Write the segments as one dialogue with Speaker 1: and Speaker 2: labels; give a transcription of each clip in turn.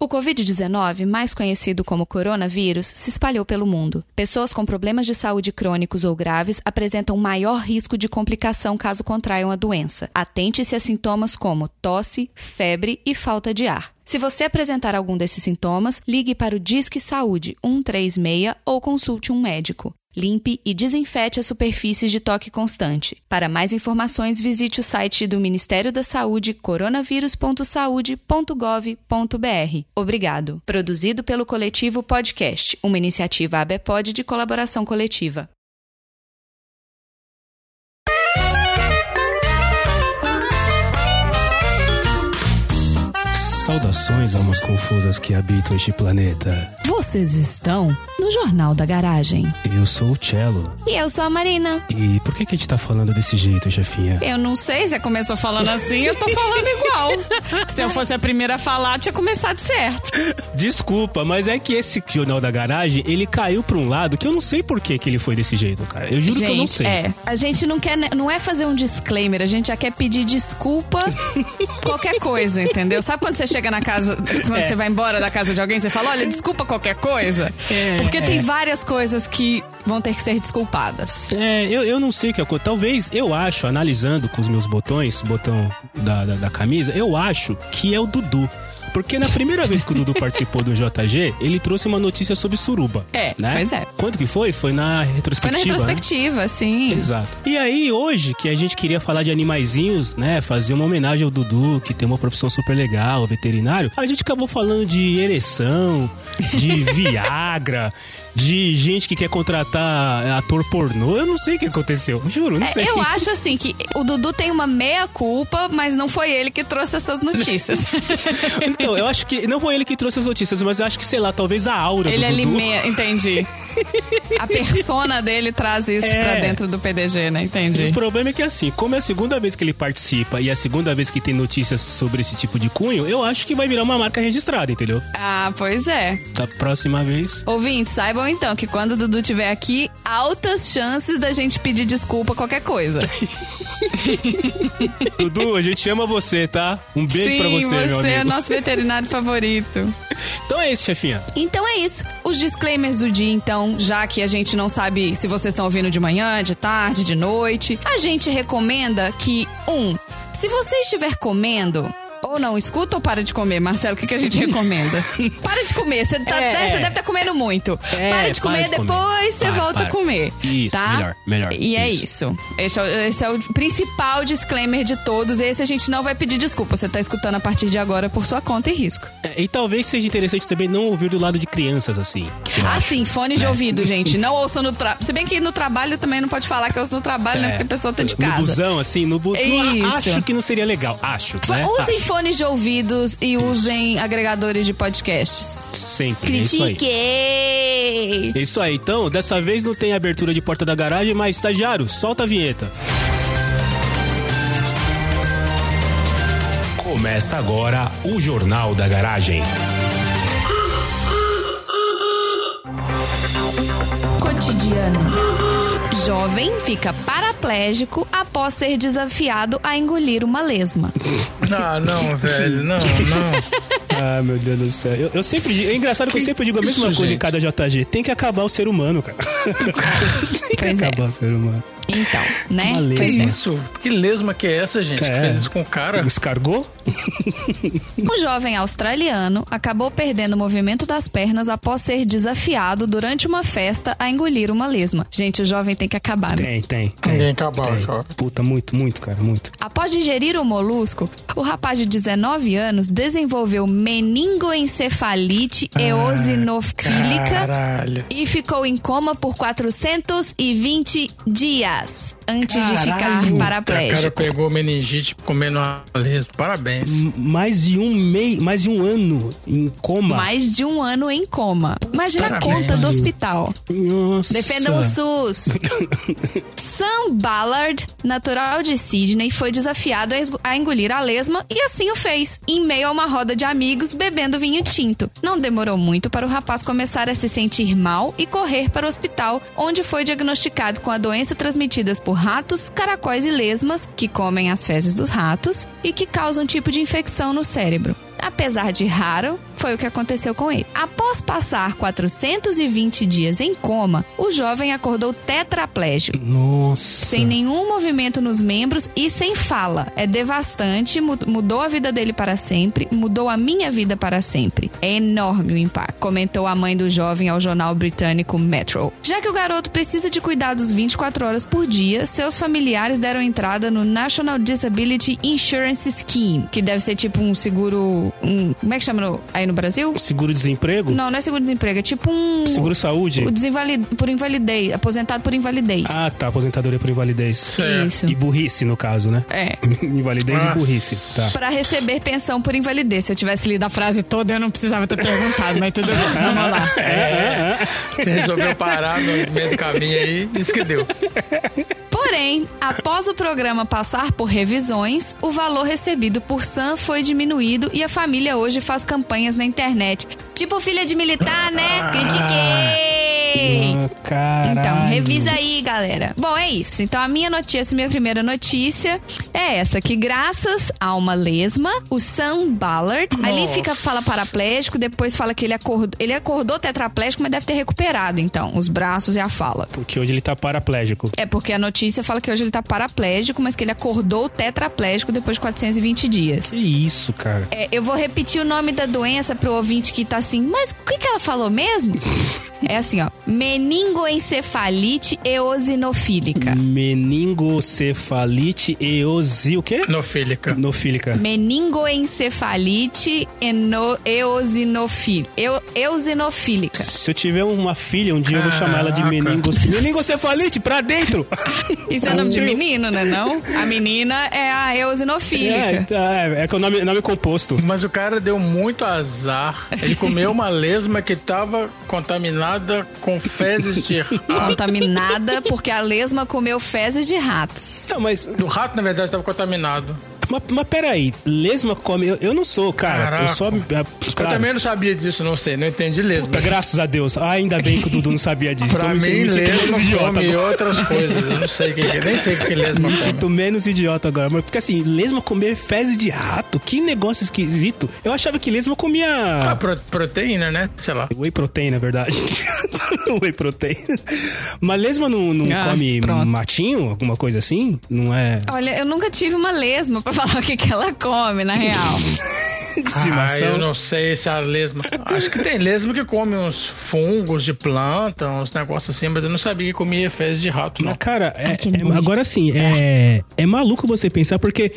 Speaker 1: O Covid-19, mais conhecido como coronavírus, se espalhou pelo mundo. Pessoas com problemas de saúde crônicos ou graves apresentam maior risco de complicação caso contraiam a doença. Atente-se a sintomas como tosse, febre e falta de ar. Se você apresentar algum desses sintomas, ligue para o Disque Saúde 136 ou consulte um médico. Limpe e desinfete as superfícies de toque constante. Para mais informações, visite o site do Ministério da Saúde coronavírus.saude.gov.br. Obrigado. Produzido pelo Coletivo Podcast, uma iniciativa ABPOD de colaboração coletiva.
Speaker 2: Saudações, almas confusas que habitam este planeta.
Speaker 1: Vocês estão no Jornal da Garagem.
Speaker 2: Eu sou o Cello.
Speaker 1: E eu sou a Marina.
Speaker 2: E por que, que a gente tá falando desse jeito, chefinha?
Speaker 3: Eu não sei, você começou falando assim, eu tô falando igual. Se eu fosse a primeira a falar, tinha começado certo.
Speaker 2: Desculpa, mas é que esse Jornal da Garagem, ele caiu pra um lado que eu não sei por que, que ele foi desse jeito, cara. Eu juro
Speaker 3: gente,
Speaker 2: que eu não sei.
Speaker 3: é.
Speaker 1: A gente não quer, não é fazer um disclaimer, a gente já quer pedir desculpa qualquer coisa, entendeu? Sabe quando você chega na casa, quando você vai embora da casa de alguém, você fala, olha, desculpa qualquer coisa?
Speaker 2: É,
Speaker 3: Porque tem
Speaker 2: é.
Speaker 3: várias coisas que vão ter que ser desculpadas.
Speaker 2: É, eu, eu não sei o que aconteceu. Talvez, eu acho, analisando com os meus botões, o botão da, da, da camisa, eu acho que é o Dudu. Porque na primeira vez que o Dudu participou do JG, ele trouxe uma notícia sobre suruba.
Speaker 3: É,
Speaker 2: né?
Speaker 3: pois é.
Speaker 2: Quanto que foi? Foi na
Speaker 3: Foi
Speaker 2: retrospectiva.
Speaker 3: na
Speaker 2: né?
Speaker 3: retrospectiva, sim.
Speaker 2: Exato. E aí, hoje, que a gente queria falar de animaizinhos, né? Fazer uma homenagem ao Dudu, que tem uma profissão super legal, veterinário. A gente acabou falando de ereção, de Viagra, de gente que quer contratar ator pornô. Eu não sei o que aconteceu, juro, não
Speaker 3: É,
Speaker 2: sei.
Speaker 3: eu acho assim que o Dudu tem uma meia culpa, mas não foi ele que trouxe essas notícias.
Speaker 2: Então, eu acho que... Não foi ele que trouxe as notícias, mas eu acho que, sei lá, talvez a aura
Speaker 3: ele
Speaker 2: do Dudu...
Speaker 3: alimenta, entendi. A persona dele traz isso
Speaker 2: É.
Speaker 3: pra dentro do PDG, né? Entendi.
Speaker 2: O problema é que assim, como é a segunda vez que ele participa e é a segunda vez que tem notícias sobre esse tipo de cunho, eu acho que vai virar uma marca registrada, entendeu?
Speaker 3: Ah, pois é.
Speaker 2: Da próxima vez.
Speaker 3: Ouvintes, saibam então que quando o Dudu estiver aqui, altas chances da gente pedir desculpa a qualquer coisa.
Speaker 2: Dudu, a gente ama você, tá? Um beijo
Speaker 3: Sim,
Speaker 2: pra você, meu
Speaker 3: você
Speaker 2: amigo.
Speaker 3: é nosso veterinário favorito.
Speaker 2: Então é isso, chefinha.
Speaker 3: Então é isso. Os disclaimers do dia, então, já que a gente não sabe se vocês estão ouvindo de manhã, de tarde, de noite, a gente recomenda que, um, se você estiver comendo. Ou não, escuta ou para de comer, Marcelo? O que, que a gente recomenda? para de comer, você, tá-
Speaker 2: É.
Speaker 3: né, você deve estar comendo muito.
Speaker 2: É,
Speaker 3: para de
Speaker 2: para
Speaker 3: comer,
Speaker 2: de comer.
Speaker 3: depois você
Speaker 2: Para,
Speaker 3: volta
Speaker 2: para.
Speaker 3: a comer.
Speaker 2: Isso,
Speaker 3: tá?
Speaker 2: melhor, melhor.
Speaker 3: E é
Speaker 2: Isso.
Speaker 3: isso. Isso. Esse é, o, esse é o principal disclaimer de todos. Esse a gente não vai pedir desculpa. Você tá escutando a partir de agora por sua conta e risco.
Speaker 2: É, E talvez seja interessante também não ouvir do lado de crianças, assim. Né? eu
Speaker 3: Ah,
Speaker 2: acho.
Speaker 3: sim, fone de ouvido, gente. Não ouça no trabalho. Se bem que no trabalho também não pode falar que eu ouço no trabalho, né?
Speaker 2: É.
Speaker 3: Porque a pessoa tá de
Speaker 2: No
Speaker 3: casa.
Speaker 2: busão, assim, no bu...
Speaker 3: Isso.
Speaker 2: Acho que não seria legal. Acho,
Speaker 3: Fa-
Speaker 2: né?
Speaker 3: Usem
Speaker 2: Acho.
Speaker 3: fones de ouvidos e usem agregadores de podcasts.
Speaker 2: Sempre, é isso aí.
Speaker 3: Critiquei!
Speaker 2: É isso aí, então, dessa vez não tem abertura de porta da garagem, mas, estagiário, solta a vinheta. Começa agora o Jornal da Garagem.
Speaker 1: Cotidiano.
Speaker 3: Jovem fica paraplégico após ser desafiado a engolir uma lesma.
Speaker 4: Ah, não, velho, não, não.
Speaker 2: Ah, meu Deus do céu. Eu, eu sempre digo, é engraçado que eu sempre digo a mesma
Speaker 4: isso,
Speaker 2: coisa em
Speaker 4: gente?
Speaker 2: cada JG. Tem que acabar o ser humano, cara. Tem que
Speaker 3: Pois é.
Speaker 2: acabar o ser humano.
Speaker 3: Então, né?
Speaker 2: Uma
Speaker 4: Que
Speaker 2: lesma.
Speaker 3: Pois é.
Speaker 4: isso? Que lesma que é essa, gente?
Speaker 2: É.
Speaker 4: Que fez isso com o cara?
Speaker 2: Escargou?
Speaker 3: Um jovem australiano acabou perdendo o movimento das pernas após ser desafiado durante uma festa a engolir uma lesma. Gente, o jovem tem que acabar, né?
Speaker 2: Tem, tem. tem
Speaker 4: Ninguém tá acabou,
Speaker 2: tem.
Speaker 4: jovem.
Speaker 2: Puta, muito, muito, cara, muito.
Speaker 3: Após digerir o molusco, o rapaz de 19 anos desenvolveu meningoencefalite eosinofílica
Speaker 4: Caralho.
Speaker 3: e ficou em coma por 420 dias antes de
Speaker 2: Caralho.
Speaker 3: ficar
Speaker 4: O cara
Speaker 3: paraplégico.
Speaker 4: pegou meningite comendo uma lesma. Parabéns.
Speaker 2: M- Mais de um mês, mais de um ano em coma.
Speaker 3: Mais de um ano em coma. Imagina a
Speaker 4: Parabéns.
Speaker 3: conta do hospital.
Speaker 2: Nossa.
Speaker 3: Defendam o SUS. Sam Ballard, natural de Sydney, foi desafiado a esgo- a engolir a lesma e assim o fez, em meio a uma roda de amigos bebendo vinho tinto. Não demorou muito para o rapaz começar a se sentir mal e correr para o hospital, onde foi diagnosticado com a doença transmitida por ratos, caracóis e lesmas, que comem as fezes dos ratos e que causam um tipo de infecção no cérebro. Apesar de raro, Foi o que aconteceu com ele. Após passar 420 dias em coma, o jovem acordou tetraplégico.
Speaker 2: Nossa.
Speaker 3: Sem nenhum movimento nos membros e sem fala. É devastante, mu- mudou a vida dele para sempre, mudou a minha vida para sempre. É enorme o impacto, comentou a mãe do jovem ao jornal britânico Metro. Já que o garoto precisa de cuidados 24 horas por dia, seus familiares deram entrada no National Disability Insurance Scheme, que deve ser tipo um seguro. um- como é que chama no- aí no Brasil?
Speaker 2: Seguro-desemprego?
Speaker 3: Não, não é seguro-desemprego, é tipo um.
Speaker 2: Seguro-saúde?
Speaker 3: o desinvalid, por invalidez, aposentado por invalidez.
Speaker 2: Ah, tá. Aposentadoria por invalidez.
Speaker 4: É.
Speaker 3: Isso.
Speaker 2: E burrice, no caso, né?
Speaker 3: É.
Speaker 2: invalidez e
Speaker 4: Nossa.
Speaker 2: burrice. Tá.
Speaker 3: Pra receber pensão por invalidez. Se eu tivesse lido a frase toda, eu não precisava ter perguntado, mas tudo bem. Vamos lá.
Speaker 2: É,
Speaker 4: Você resolveu parar no meio do caminho aí, isso que deu.
Speaker 3: Porém, após o programa passar por revisões, o valor recebido por Sam foi diminuído e a família hoje faz campanhas na internet. Tipo filha de militar, né? Critiquei!
Speaker 2: Ah, caralho.
Speaker 3: Então, revisa aí, galera. Bom, é isso. Então, a minha notícia, minha primeira notícia é essa: que graças a uma lesma, o Sam Ballard, ali fica, fala paraplégico, depois fala que ele acordou, ele acordou tetraplégico, mas deve ter recuperado, então, os braços e a fala.
Speaker 2: Porque hoje ele tá paraplégico.
Speaker 3: É porque a notícia fala que hoje ele tá paraplégico, mas que ele acordou tetraplégico depois de 420 dias.
Speaker 2: Que isso, cara.
Speaker 3: É, eu vou repetir o nome da doença pro ouvinte que tá assim, mas o que, que ela falou mesmo? É assim, ó. Meningoencefalite eosinofílica.
Speaker 2: Meningocefalite eosi... O quê?
Speaker 4: Nofílica.
Speaker 2: Nofílica.
Speaker 3: Meningoencefalite eno, eosinofí- eu- eosinofílica.
Speaker 2: Se eu tiver uma filha, um dia eu vou chamar ela de
Speaker 4: Caraca.
Speaker 2: meningoce... meningocefalite, pra dentro!
Speaker 3: Isso é nome de
Speaker 2: Meu.
Speaker 3: menino, né não? A menina é a
Speaker 2: É,
Speaker 3: eosinofílica.
Speaker 2: tá, é, é que é o nome, nome composto.
Speaker 4: Mas o cara deu muito azar. Ele comeu uma lesma que tava contaminada com fezes de rato.
Speaker 3: Contaminada porque a lesma comeu fezes de ratos.
Speaker 2: Não, Então, mas,
Speaker 4: O rato, na verdade, tava contaminado.
Speaker 2: mas, mas peraí, lesma come. Eu, eu não sou, cara. Eu
Speaker 4: Caraca.
Speaker 2: só. ah,
Speaker 4: Eu
Speaker 2: claro.
Speaker 4: também não sabia disso, não sei, não entendi lesma.
Speaker 2: Graças a Deus. Ah, ainda bem que o Dudu não sabia disso.
Speaker 4: Pra
Speaker 2: então eu me
Speaker 4: mim,
Speaker 2: sinto- me sinto menos
Speaker 4: lesma
Speaker 2: idiota.
Speaker 4: come
Speaker 2: agora.
Speaker 4: outras coisas. Eu não sei o que que é. Nem sei o que que lesma
Speaker 2: Me
Speaker 4: come.
Speaker 2: sinto menos idiota agora. Mas porque assim, lesma comer fezes de rato, que negócio esquisito. Eu achava que lesma
Speaker 4: Ah,
Speaker 2: comia.
Speaker 4: pro- proteína, né? Sei lá.
Speaker 2: Whey protein, na verdade. Whey protein. Mas lesma não, não
Speaker 3: Ah,
Speaker 2: come
Speaker 3: pronto.
Speaker 2: matinho, alguma coisa assim? Não é.
Speaker 3: Olha, eu nunca tive uma lesma pra falar o que, que ela come, na real.
Speaker 4: Ah,
Speaker 2: Estimação.
Speaker 4: eu não sei se a lesma. Acho que tem lesma que come uns fungos de planta, uns negócios assim, mas eu não sabia que comia fezes de rato,
Speaker 2: Mas,
Speaker 4: não.
Speaker 2: cara, é-
Speaker 3: que
Speaker 2: é-
Speaker 3: nojo.
Speaker 2: agora sim, é, é maluco você pensar, porque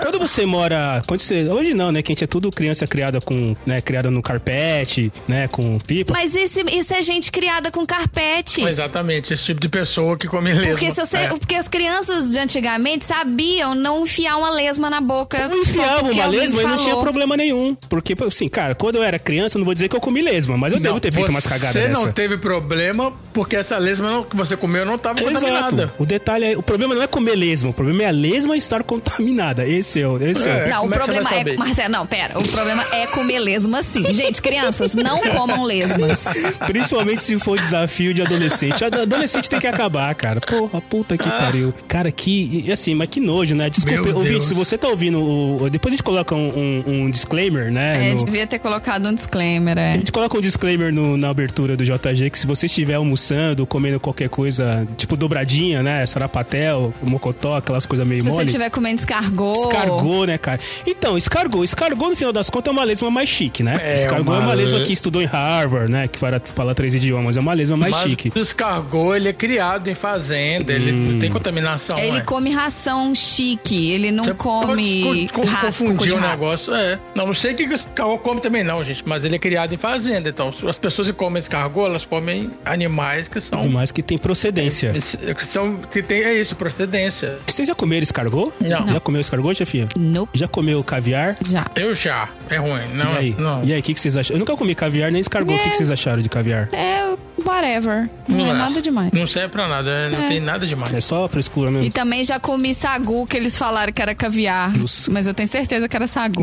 Speaker 2: quando você mora. Quando você, hoje não, né? Que a gente é tudo criança criada com. Né, criada no carpete, né? Com pipa.
Speaker 3: Mas isso, isso é gente criada com carpete.
Speaker 4: Exatamente, esse tipo de pessoa que come lesma.
Speaker 3: Porque, se você,
Speaker 4: É.
Speaker 3: porque as crianças de antigamente sabiam não enfiar uma lesma na boca.
Speaker 2: Eu enfiava
Speaker 3: só porque
Speaker 2: uma
Speaker 3: alguém
Speaker 2: lesma e não
Speaker 3: falou.
Speaker 2: tinha problema nenhum. Porque, assim, cara, quando eu era criança, eu não vou dizer que eu comi lesma, mas eu devo ter feito umas cagadas
Speaker 4: Você
Speaker 2: dessa.
Speaker 4: não teve problema porque essa lesma não- que você comeu não estava
Speaker 2: Exato.
Speaker 4: contaminada.
Speaker 2: O detalhe é, o problema não é comer lesma, o problema é a lesma estar contaminada. Esse é o, esse é, o-
Speaker 4: É.
Speaker 3: Não, o
Speaker 4: como que você
Speaker 3: problema
Speaker 4: vai
Speaker 3: é.
Speaker 4: saber?
Speaker 3: Marcelo, não, pera. O problema é comer lesma sim. Gente, crianças, não comam lesmas.
Speaker 2: Principalmente se for desafio de adolescente. Ad- Adolescente tem que acabar, cara. Porra, puta que pariu. Cara, que. e Assim, mas que nojo, né? Desculpa,
Speaker 4: Ah. Meu
Speaker 2: ouvinte,
Speaker 4: Deus.
Speaker 2: se você tá ouvindo o. o- Depois a gente coloca um, um- um disclaimer, né?
Speaker 3: É,
Speaker 2: no-
Speaker 3: devia ter colocado um disclaimer,
Speaker 2: A
Speaker 3: é.
Speaker 2: gente coloca um disclaimer no- na abertura do JG que se você estiver almoçando, comendo qualquer coisa, tipo dobradinha, né? Sarapatel, mocotó, aquelas coisas meio
Speaker 3: Se você
Speaker 2: mole.
Speaker 3: estiver comendo escargot.
Speaker 2: Escargou, né, cara? Então, escargou. Escargou, no final das contas, é uma lesma mais chique, né?
Speaker 4: É,
Speaker 2: escargou é uma
Speaker 4: uma
Speaker 2: lesma
Speaker 4: le-
Speaker 2: que estudou em Harvard, né? Que fala, fala três idiomas. É uma lesma mais
Speaker 4: Mas
Speaker 2: chique. Hum.
Speaker 4: descargou, ele é criado em fazenda, ele não tem contaminação.
Speaker 3: Ele
Speaker 4: é.
Speaker 3: come ração chique, ele não
Speaker 4: Você
Speaker 3: come
Speaker 4: co- co-
Speaker 3: rato, cocô de
Speaker 4: Confundiu o
Speaker 3: rato.
Speaker 4: negócio, é. Não, não sei o que que o escargot come também, não, gente. Mas ele é criado em fazenda. Então, as pessoas que comem escargot, elas comem animais que são.
Speaker 2: Por mais que tem procedência.
Speaker 4: que são que tem, é isso, procedência.
Speaker 2: Vocês já comeram escargou?
Speaker 4: Não.
Speaker 2: Já comeu escargou, chefinha?
Speaker 3: Nope,
Speaker 2: Já comeu caviar?
Speaker 3: já.
Speaker 4: Eu já. É ruim. Não,
Speaker 2: e aí?
Speaker 4: não.
Speaker 3: Né?
Speaker 2: E aí, o que, que vocês acham? Eu nunca comi caviar nem escargou. O que, que vocês acharam de caviar?
Speaker 3: É, eu whatever. Não, é, nada demais.
Speaker 4: Não serve pra nada, não
Speaker 3: É.
Speaker 4: tem nada demais.
Speaker 2: É só frescura
Speaker 3: E
Speaker 2: mesmo.
Speaker 3: também já comi sagu, que eles falaram que era caviar.
Speaker 2: Nossa.
Speaker 3: Mas eu tenho certeza que era sagu.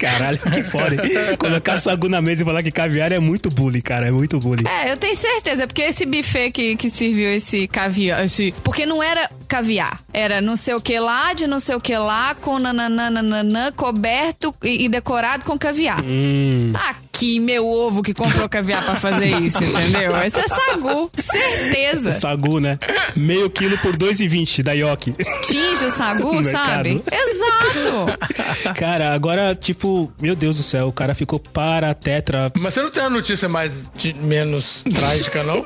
Speaker 2: Caralho, que é? foda. hein? Colocar sagu na mesa e falar que caviar é muito bullying, cara. É muito bullying.
Speaker 3: É, eu tenho certeza, porque esse buffet que, que serviu esse caviar, esse... Porque não era caviar, era não sei o que lá, de não sei o que lá, com nananana, coberto e, e decorado com caviar.
Speaker 2: Hum.
Speaker 3: Tá aqui, meu ovo que comprou caviar pra fazer isso, entendeu? Esse é sagu, certeza.
Speaker 2: Sagu, né? Meio quilo por 2,20 da Yoki.
Speaker 3: Tinge o sagu,
Speaker 2: Mercado.
Speaker 3: sabe? Exato.
Speaker 2: Cara, agora, tipo, meu Deus do céu, o cara ficou para tetra.
Speaker 4: Mas você não tem uma notícia mais de- menos trágica, não?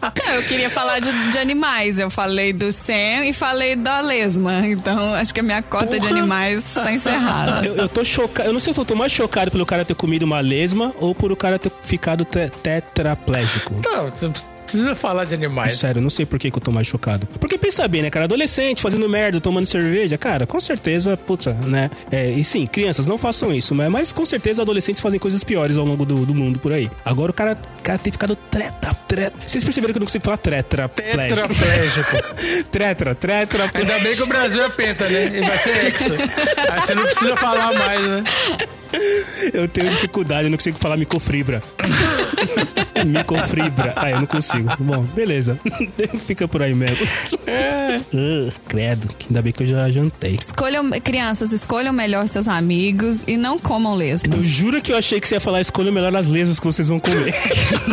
Speaker 3: Não, eu queria falar de, de animais. Eu falei do Sam e falei da lesma. Então, acho que a minha cota de animais tá encerrada.
Speaker 2: Eu, eu tô chocado. Eu não sei se eu tô mais chocado pelo cara ter comido uma lesma ou por o cara ter ficado te- tetraplégico.
Speaker 4: Não, você não precisa falar de animais.
Speaker 2: Sério, eu não sei por que, que eu tô mais chocado. Porque pensa bem, né, cara? Adolescente fazendo merda, tomando cerveja, cara, com certeza, puta, né? É, e sim, crianças, não façam isso, mas, mas com certeza adolescentes fazem coisas piores ao longo do, do mundo por aí. Agora o cara, cara tem ficado treta, treta. Vocês perceberam que eu não consigo falar tetraplégico?
Speaker 4: Tetraplégico.
Speaker 2: Tetra, tetra,
Speaker 4: É Ainda bem que o Brasil é penta, né? E vai ser hexa. Aí você não precisa falar mais, né?
Speaker 2: Eu tenho dificuldade, eu não consigo falar microfibra. microfibra. Ah, eu não consigo. Bom, beleza. Fica por aí mesmo. Ah, credo, que ainda bem que eu já jantei.
Speaker 3: Escolham, crianças, escolham melhor seus amigos e não comam
Speaker 2: Eu
Speaker 3: lesmas.
Speaker 2: juro que eu achei que você ia falar escolha melhor as lesmas que vocês vão comer.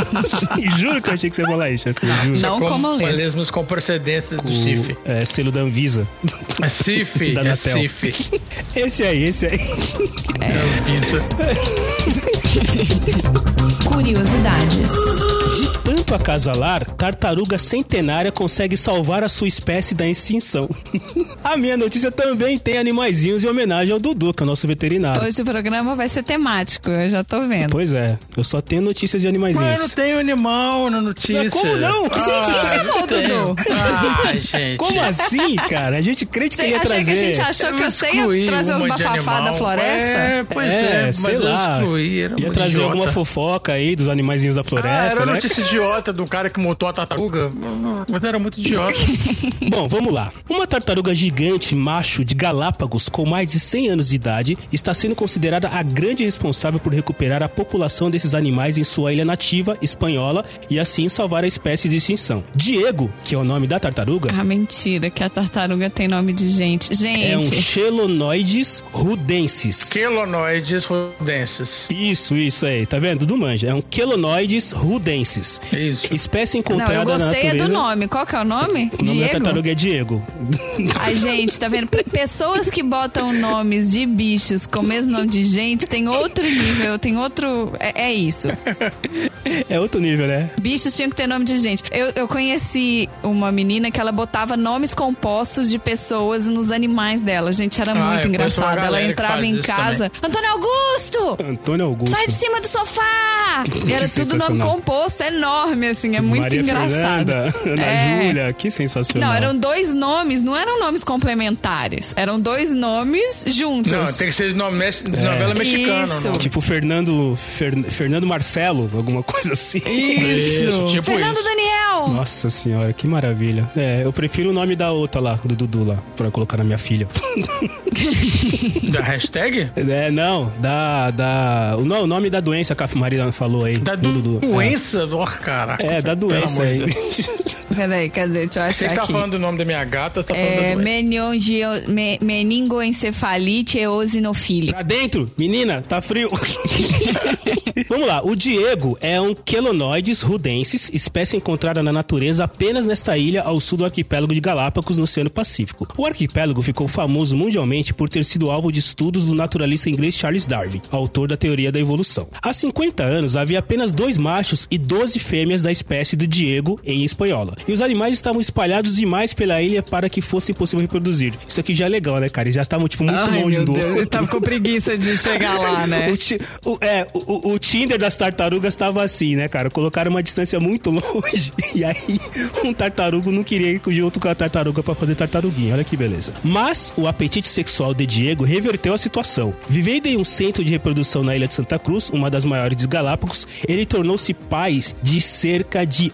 Speaker 2: juro que eu achei que você ia falar isso. Eu juro.
Speaker 3: Não comam lesmas.
Speaker 4: lesmas com procedência do CIF.
Speaker 2: É, selo da Anvisa.
Speaker 4: É CIF,
Speaker 2: Da
Speaker 4: é
Speaker 2: Anatel.
Speaker 4: CIF.
Speaker 2: Esse aí, esse aí.
Speaker 4: É Anvisa.
Speaker 1: Curiosidades.
Speaker 2: De tanto acasalar, tartaruga centenária consegue salvar a sua espécie da extinção. a minha notícia também tem animaizinhos em homenagem ao Dudu, que é o nosso veterinário.
Speaker 3: Hoje o programa vai ser temático, eu já tô vendo.
Speaker 2: Pois é, eu só tenho notícias de
Speaker 4: Mas eu não
Speaker 2: animaizinhos.
Speaker 4: tenho animal na notícia.
Speaker 2: Mas como não?
Speaker 3: Gente, quem chamou o Dudu?
Speaker 4: Ah, gente.
Speaker 2: Como assim, cara? A gente crê que
Speaker 3: Você
Speaker 2: ia
Speaker 3: achei
Speaker 2: trazer...
Speaker 3: que a gente achou que
Speaker 4: Eu
Speaker 3: você
Speaker 4: excluí
Speaker 3: ia trazer
Speaker 4: um
Speaker 3: os
Speaker 4: monte de
Speaker 3: bafafá da
Speaker 4: animal.
Speaker 3: floresta?
Speaker 4: É, pois é,
Speaker 2: é,
Speaker 4: mas
Speaker 2: sei
Speaker 4: eu
Speaker 2: lá.
Speaker 4: excluí. Era
Speaker 2: ia
Speaker 4: uma
Speaker 2: trazer
Speaker 4: idiota.
Speaker 2: alguma fofoca aí dos animaizinhos da
Speaker 4: Ah,
Speaker 2: floresta,
Speaker 4: era
Speaker 2: né?
Speaker 4: notícia idiota do cara que montou a tartaruga. Mas era muito idiota.
Speaker 2: Bom, vamos lá. Uma tartaruga gigante macho de Galápagos com mais de 100 anos de idade está sendo considerada a grande responsável por recuperar a população desses animais em sua ilha nativa espanhola e assim salvar a espécie de extinção. Diego, que é o nome da tartaruga,
Speaker 3: Ah, mentira, que a tartaruga tem nome de gente.
Speaker 2: é um
Speaker 3: Gente,
Speaker 2: Chelonoides rudensis.
Speaker 4: Quelonoides rodenses.
Speaker 2: Isso, isso aí, tá vendo? Do manja. É um Chelonoides rudensis.
Speaker 4: Isso.
Speaker 2: Espécie
Speaker 3: não,
Speaker 2: encontrada
Speaker 3: eu gostei
Speaker 2: na
Speaker 3: é do
Speaker 2: natureza.
Speaker 3: nome. Qual que é o nome?
Speaker 2: O nome da
Speaker 3: Diego?
Speaker 2: tartaruga é Diego.
Speaker 3: Ai, gente, tá vendo? Pe- Pessoas que botam nomes de bichos com o mesmo nome de gente tem outro nível, tem outro. É, é isso.
Speaker 2: É outro nível, né?
Speaker 3: Bichos tinham que ter nome de gente. Eu, eu conheci uma menina que ela botava nomes compostos de pessoas nos animais dela. Gente, era
Speaker 4: Ah, eu
Speaker 3: muito
Speaker 4: conheço uma
Speaker 3: engraçado.
Speaker 4: galera
Speaker 3: Ela
Speaker 4: que
Speaker 3: entrava
Speaker 4: faz
Speaker 3: em
Speaker 4: isso
Speaker 3: casa. Antônio Augusto!
Speaker 2: Antônio Augusto.
Speaker 3: Sai de cima do sofá! E era
Speaker 2: Que
Speaker 3: tudo nome
Speaker 2: sensacional.
Speaker 3: composto, enorme, assim, é muito
Speaker 2: Maria
Speaker 3: engraçado.
Speaker 2: Fernanda, Ana
Speaker 3: É.
Speaker 2: Júlia, que sensacional.
Speaker 3: Não, um eram dois nomes, não eram nomes complementares. Eram dois nomes juntos.
Speaker 4: Não, tem que ser de nome mex- de novela mexicana.
Speaker 3: Isso.
Speaker 4: Não.
Speaker 2: Tipo Fernando, Fer- Fernando Marcelo, alguma coisa assim.
Speaker 3: Isso.
Speaker 4: Isso, tipo
Speaker 3: Fernando
Speaker 4: isso.
Speaker 3: Daniel.
Speaker 2: Nossa senhora, que maravilha. É, eu prefiro o nome da outra lá, do Dudu lá, pra colocar na minha filha.
Speaker 4: Da hashtag?
Speaker 2: É, não, da. da o, não, o nome da doença que a Maria falou aí.
Speaker 4: Da
Speaker 2: do Dudu.
Speaker 4: doença? Ó, caraca.
Speaker 2: É, é, da doença aí.
Speaker 4: Pelo amor
Speaker 2: É
Speaker 4: de Deus.
Speaker 3: Peraí, cadê? Deixa eu
Speaker 4: Você
Speaker 3: achar
Speaker 4: que tá
Speaker 3: aqui.
Speaker 4: falando do nome da minha gata, tá falando
Speaker 3: É,
Speaker 4: da doença.
Speaker 3: meningio- me- meningoencefalite eosinofílica.
Speaker 2: Pra dentro, menina, tá frio. Vamos lá, o Diego é um Chelonoides rudensis, espécie encontrada na natureza apenas nesta ilha ao sul do arquipélago de Galápagos, no Oceano Pacífico. O arquipélago ficou famoso mundialmente por ter sido alvo de estudos do naturalista inglês Charles Darwin, autor da teoria da evolução. Há 50 anos havia apenas dois machos e 12 fêmeas da espécie do Diego em espanhola. e os animais estavam espalhados demais pela ilha para que fosse impossível reproduzir. Isso aqui já é legal, né, cara? Eles já estavam, tipo, muito
Speaker 5: Ai,
Speaker 2: longe
Speaker 5: meu
Speaker 2: do
Speaker 5: Deus,
Speaker 2: outro.
Speaker 5: ele tava com preguiça de chegar lá, né?
Speaker 2: O, ti- o- é, o, o- o Tinder das tartarugas estava assim, né, cara? Colocaram uma distância muito longe e aí um tartarugo não queria ir junto com a tartaruga pra fazer tartaruguinha. Olha que beleza. Mas o apetite sexual de Diego reverteu a situação. Vivendo em um centro de reprodução na Ilha de Santa Cruz, uma das maiores dos Galápagos, ele tornou-se pai de cerca de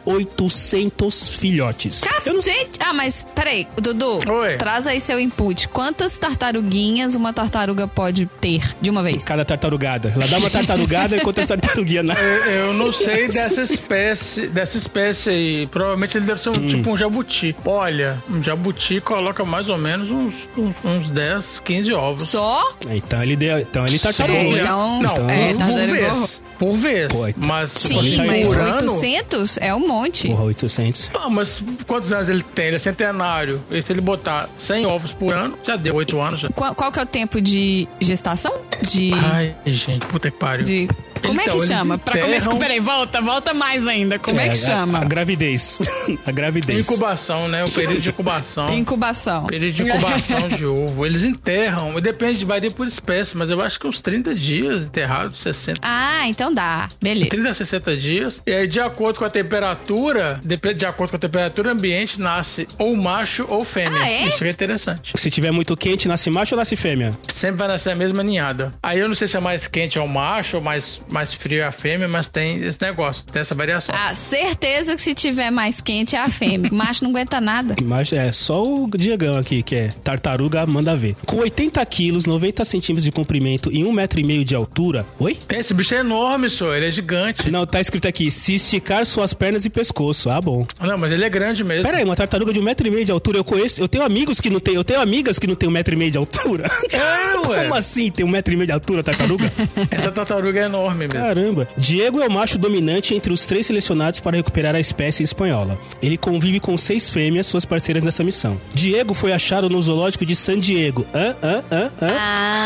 Speaker 2: 800 filhotes. Eu não sei-
Speaker 3: Cacete! Ah, mas peraí, Dudu,
Speaker 4: Oi.
Speaker 3: traz aí seu input. Quantas tartaruguinhas uma tartaruga pode ter de uma vez?
Speaker 2: Cada tartarugada. Ela dá uma tartarugada enquanto as tartaruguinhas na...
Speaker 4: Eu, eu não sei dessa espécie, dessa espécie aí. Provavelmente ele deve ser um,
Speaker 2: Hum.
Speaker 4: tipo um jabuti. Olha, um jabuti coloca mais ou menos uns, uns, uns 10, 15 ovos.
Speaker 3: Só?
Speaker 2: Então ele deu. Então ele tartarugou.
Speaker 4: Olha,
Speaker 3: É, então-
Speaker 4: não,
Speaker 2: Então-
Speaker 4: é,
Speaker 2: é,
Speaker 4: por
Speaker 3: tartaruga.
Speaker 4: vez. Por vez.
Speaker 2: Pô, então-
Speaker 4: Mas, tipo
Speaker 3: Sim,
Speaker 4: assim,
Speaker 3: mas
Speaker 4: por ano,
Speaker 3: 800 é um monte.
Speaker 2: Porra, 800.
Speaker 4: Ah, mas quantos anos ele tem? Ele é centenário. E se ele botar 100 ovos por ano, já deu 8 anos. Já.
Speaker 3: Qual, qual que é o tempo de gestação? De.
Speaker 4: Ai, gente, puta que pariu.
Speaker 3: de... Como é
Speaker 4: Então,
Speaker 3: que
Speaker 4: eles
Speaker 3: chama? Pra começar.
Speaker 4: enterram-
Speaker 5: Peraí, volta, volta mais ainda. Como é, que
Speaker 2: a- A,
Speaker 5: chama?
Speaker 2: gravidez. A gravidez.
Speaker 4: Incubação, né? O período de incubação.
Speaker 3: Incubação.
Speaker 4: Período de incubação de ovo. Eles enterram. E Depende, varia por espécie, mas eu acho que uns 30 dias enterrados, 60.
Speaker 3: Ah, então dá. Beleza.
Speaker 4: 30 a 60 dias. E aí, de acordo com a temperatura, depe- de acordo com a temperatura ambiente, nasce ou macho ou fêmea.
Speaker 3: Ah, é?
Speaker 4: Isso que é interessante.
Speaker 2: Se tiver muito quente, nasce macho ou nasce fêmea?
Speaker 4: Sempre vai nascer a mesma ninhada. Aí eu não sei se é mais quente é o macho ou mais, mais frio é a fêmea, mas tem esse negócio, tem essa variação.
Speaker 3: Ah, certeza que se tiver mais quente é a fêmea. Macho não aguenta nada.
Speaker 2: Mas é só o Diegão aqui, que é tartaruga, manda ver. Com 80 quilos, 90 centímetros de comprimento e 1,5 metro e meio de altura. Oi?
Speaker 4: Esse bicho é enorme, senhor. Ele é gigante.
Speaker 2: Não, tá escrito aqui, se esticar suas pernas e pescoço. Ah, bom.
Speaker 4: Não, mas ele é grande mesmo.
Speaker 2: Pera aí, uma tartaruga de 1,5 metro e meio de altura, eu conheço, eu tenho amigos que não tem, eu tenho amigas que não tem 1,5 metro e meio de altura.
Speaker 4: É, ué.
Speaker 2: Como assim tem 1,5 metro e meio de altura, tartaruga?
Speaker 4: Essa tartaruga é enorme mesmo.
Speaker 2: Caramba! Diego é o macho dominante entre os três selecionados para recuperar a espécie espanhola. Ele convive com seis fêmeas, suas parceiras nessa missão. Diego foi achado no zoológico de San Diego, hã, hã, hã, hã,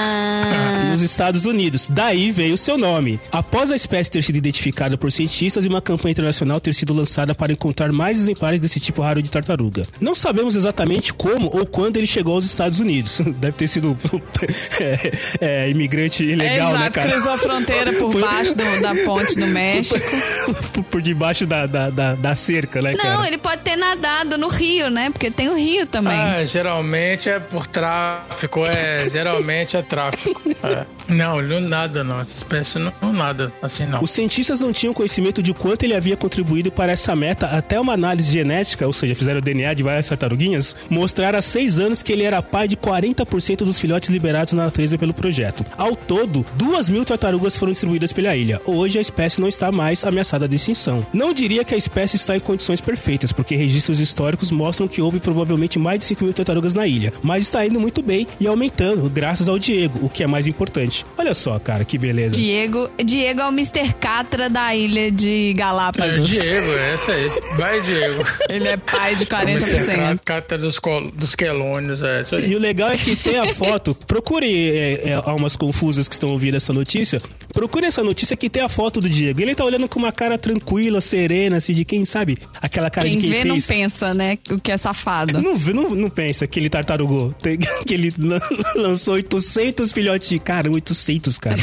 Speaker 3: Ah.
Speaker 2: nos Estados Unidos. Daí veio seu nome. Após a espécie ter sido identificada por cientistas e uma campanha internacional ter sido lançada para encontrar mais exemplares desse tipo raro de tartaruga. Não sabemos exatamente como ou quando ele chegou aos Estados Unidos. Deve ter sido é, é, imigrante ilegal,
Speaker 5: Exato,
Speaker 2: né, cara?
Speaker 5: cruzou
Speaker 3: A fronteira por baixo do- da ponte do México.
Speaker 2: por, por debaixo da, da, da, da cerca, né, cara?
Speaker 3: Não, ele pode ter nadado no rio, né? Porque tem o rio também.
Speaker 4: Ah, geralmente é por tráfico, é. geralmente é tráfico. É. Não, ele não nada, não. Essa espécie não, não nada, assim, não.
Speaker 2: Os cientistas não tinham conhecimento de quanto ele havia contribuído para essa meta até uma análise genética, ou seja, fizeram o DNA de várias tartaruguinhas, mostrar há seis anos que ele era pai de 40% dos filhotes liberados na natureza pelo projeto. Ao todo, duas mil tartarugas foram distribuídas pela ilha. Hoje a espécie não está mais ameaçada de extinção. Não diria que a espécie está em condições perfeitas, porque registros históricos mostram que houve provavelmente mais de 5 mil tartarugas na ilha, mas está indo muito bem e aumentando, graças ao Diego, o que é mais importante. Olha só, cara, que beleza.
Speaker 3: Diego, Diego é o Mr. Catra da ilha de
Speaker 4: É,
Speaker 3: Galápagos.
Speaker 4: Diego, é essa aí. Vai, Diego.
Speaker 5: Ele é pai de 40%.
Speaker 4: Cata dos, col- dos quelônios, é isso aí.
Speaker 2: E o legal é que tem a foto. Procurem é, é, almas confusas que estão ouvindo essa notícia. Procurem essa notícia que tem a foto do Diego. Ele tá olhando com uma cara tranquila, serena, assim, de quem sabe? Aquela cara
Speaker 3: Quem
Speaker 2: de quem
Speaker 3: vê não
Speaker 2: fez.
Speaker 3: pensa, né? O que é safado.
Speaker 2: Não, vê- não- não pensa que ele tartarugou. Tem- Que ele lan- lançou 800 filhotes. de- Cara, 800, cara.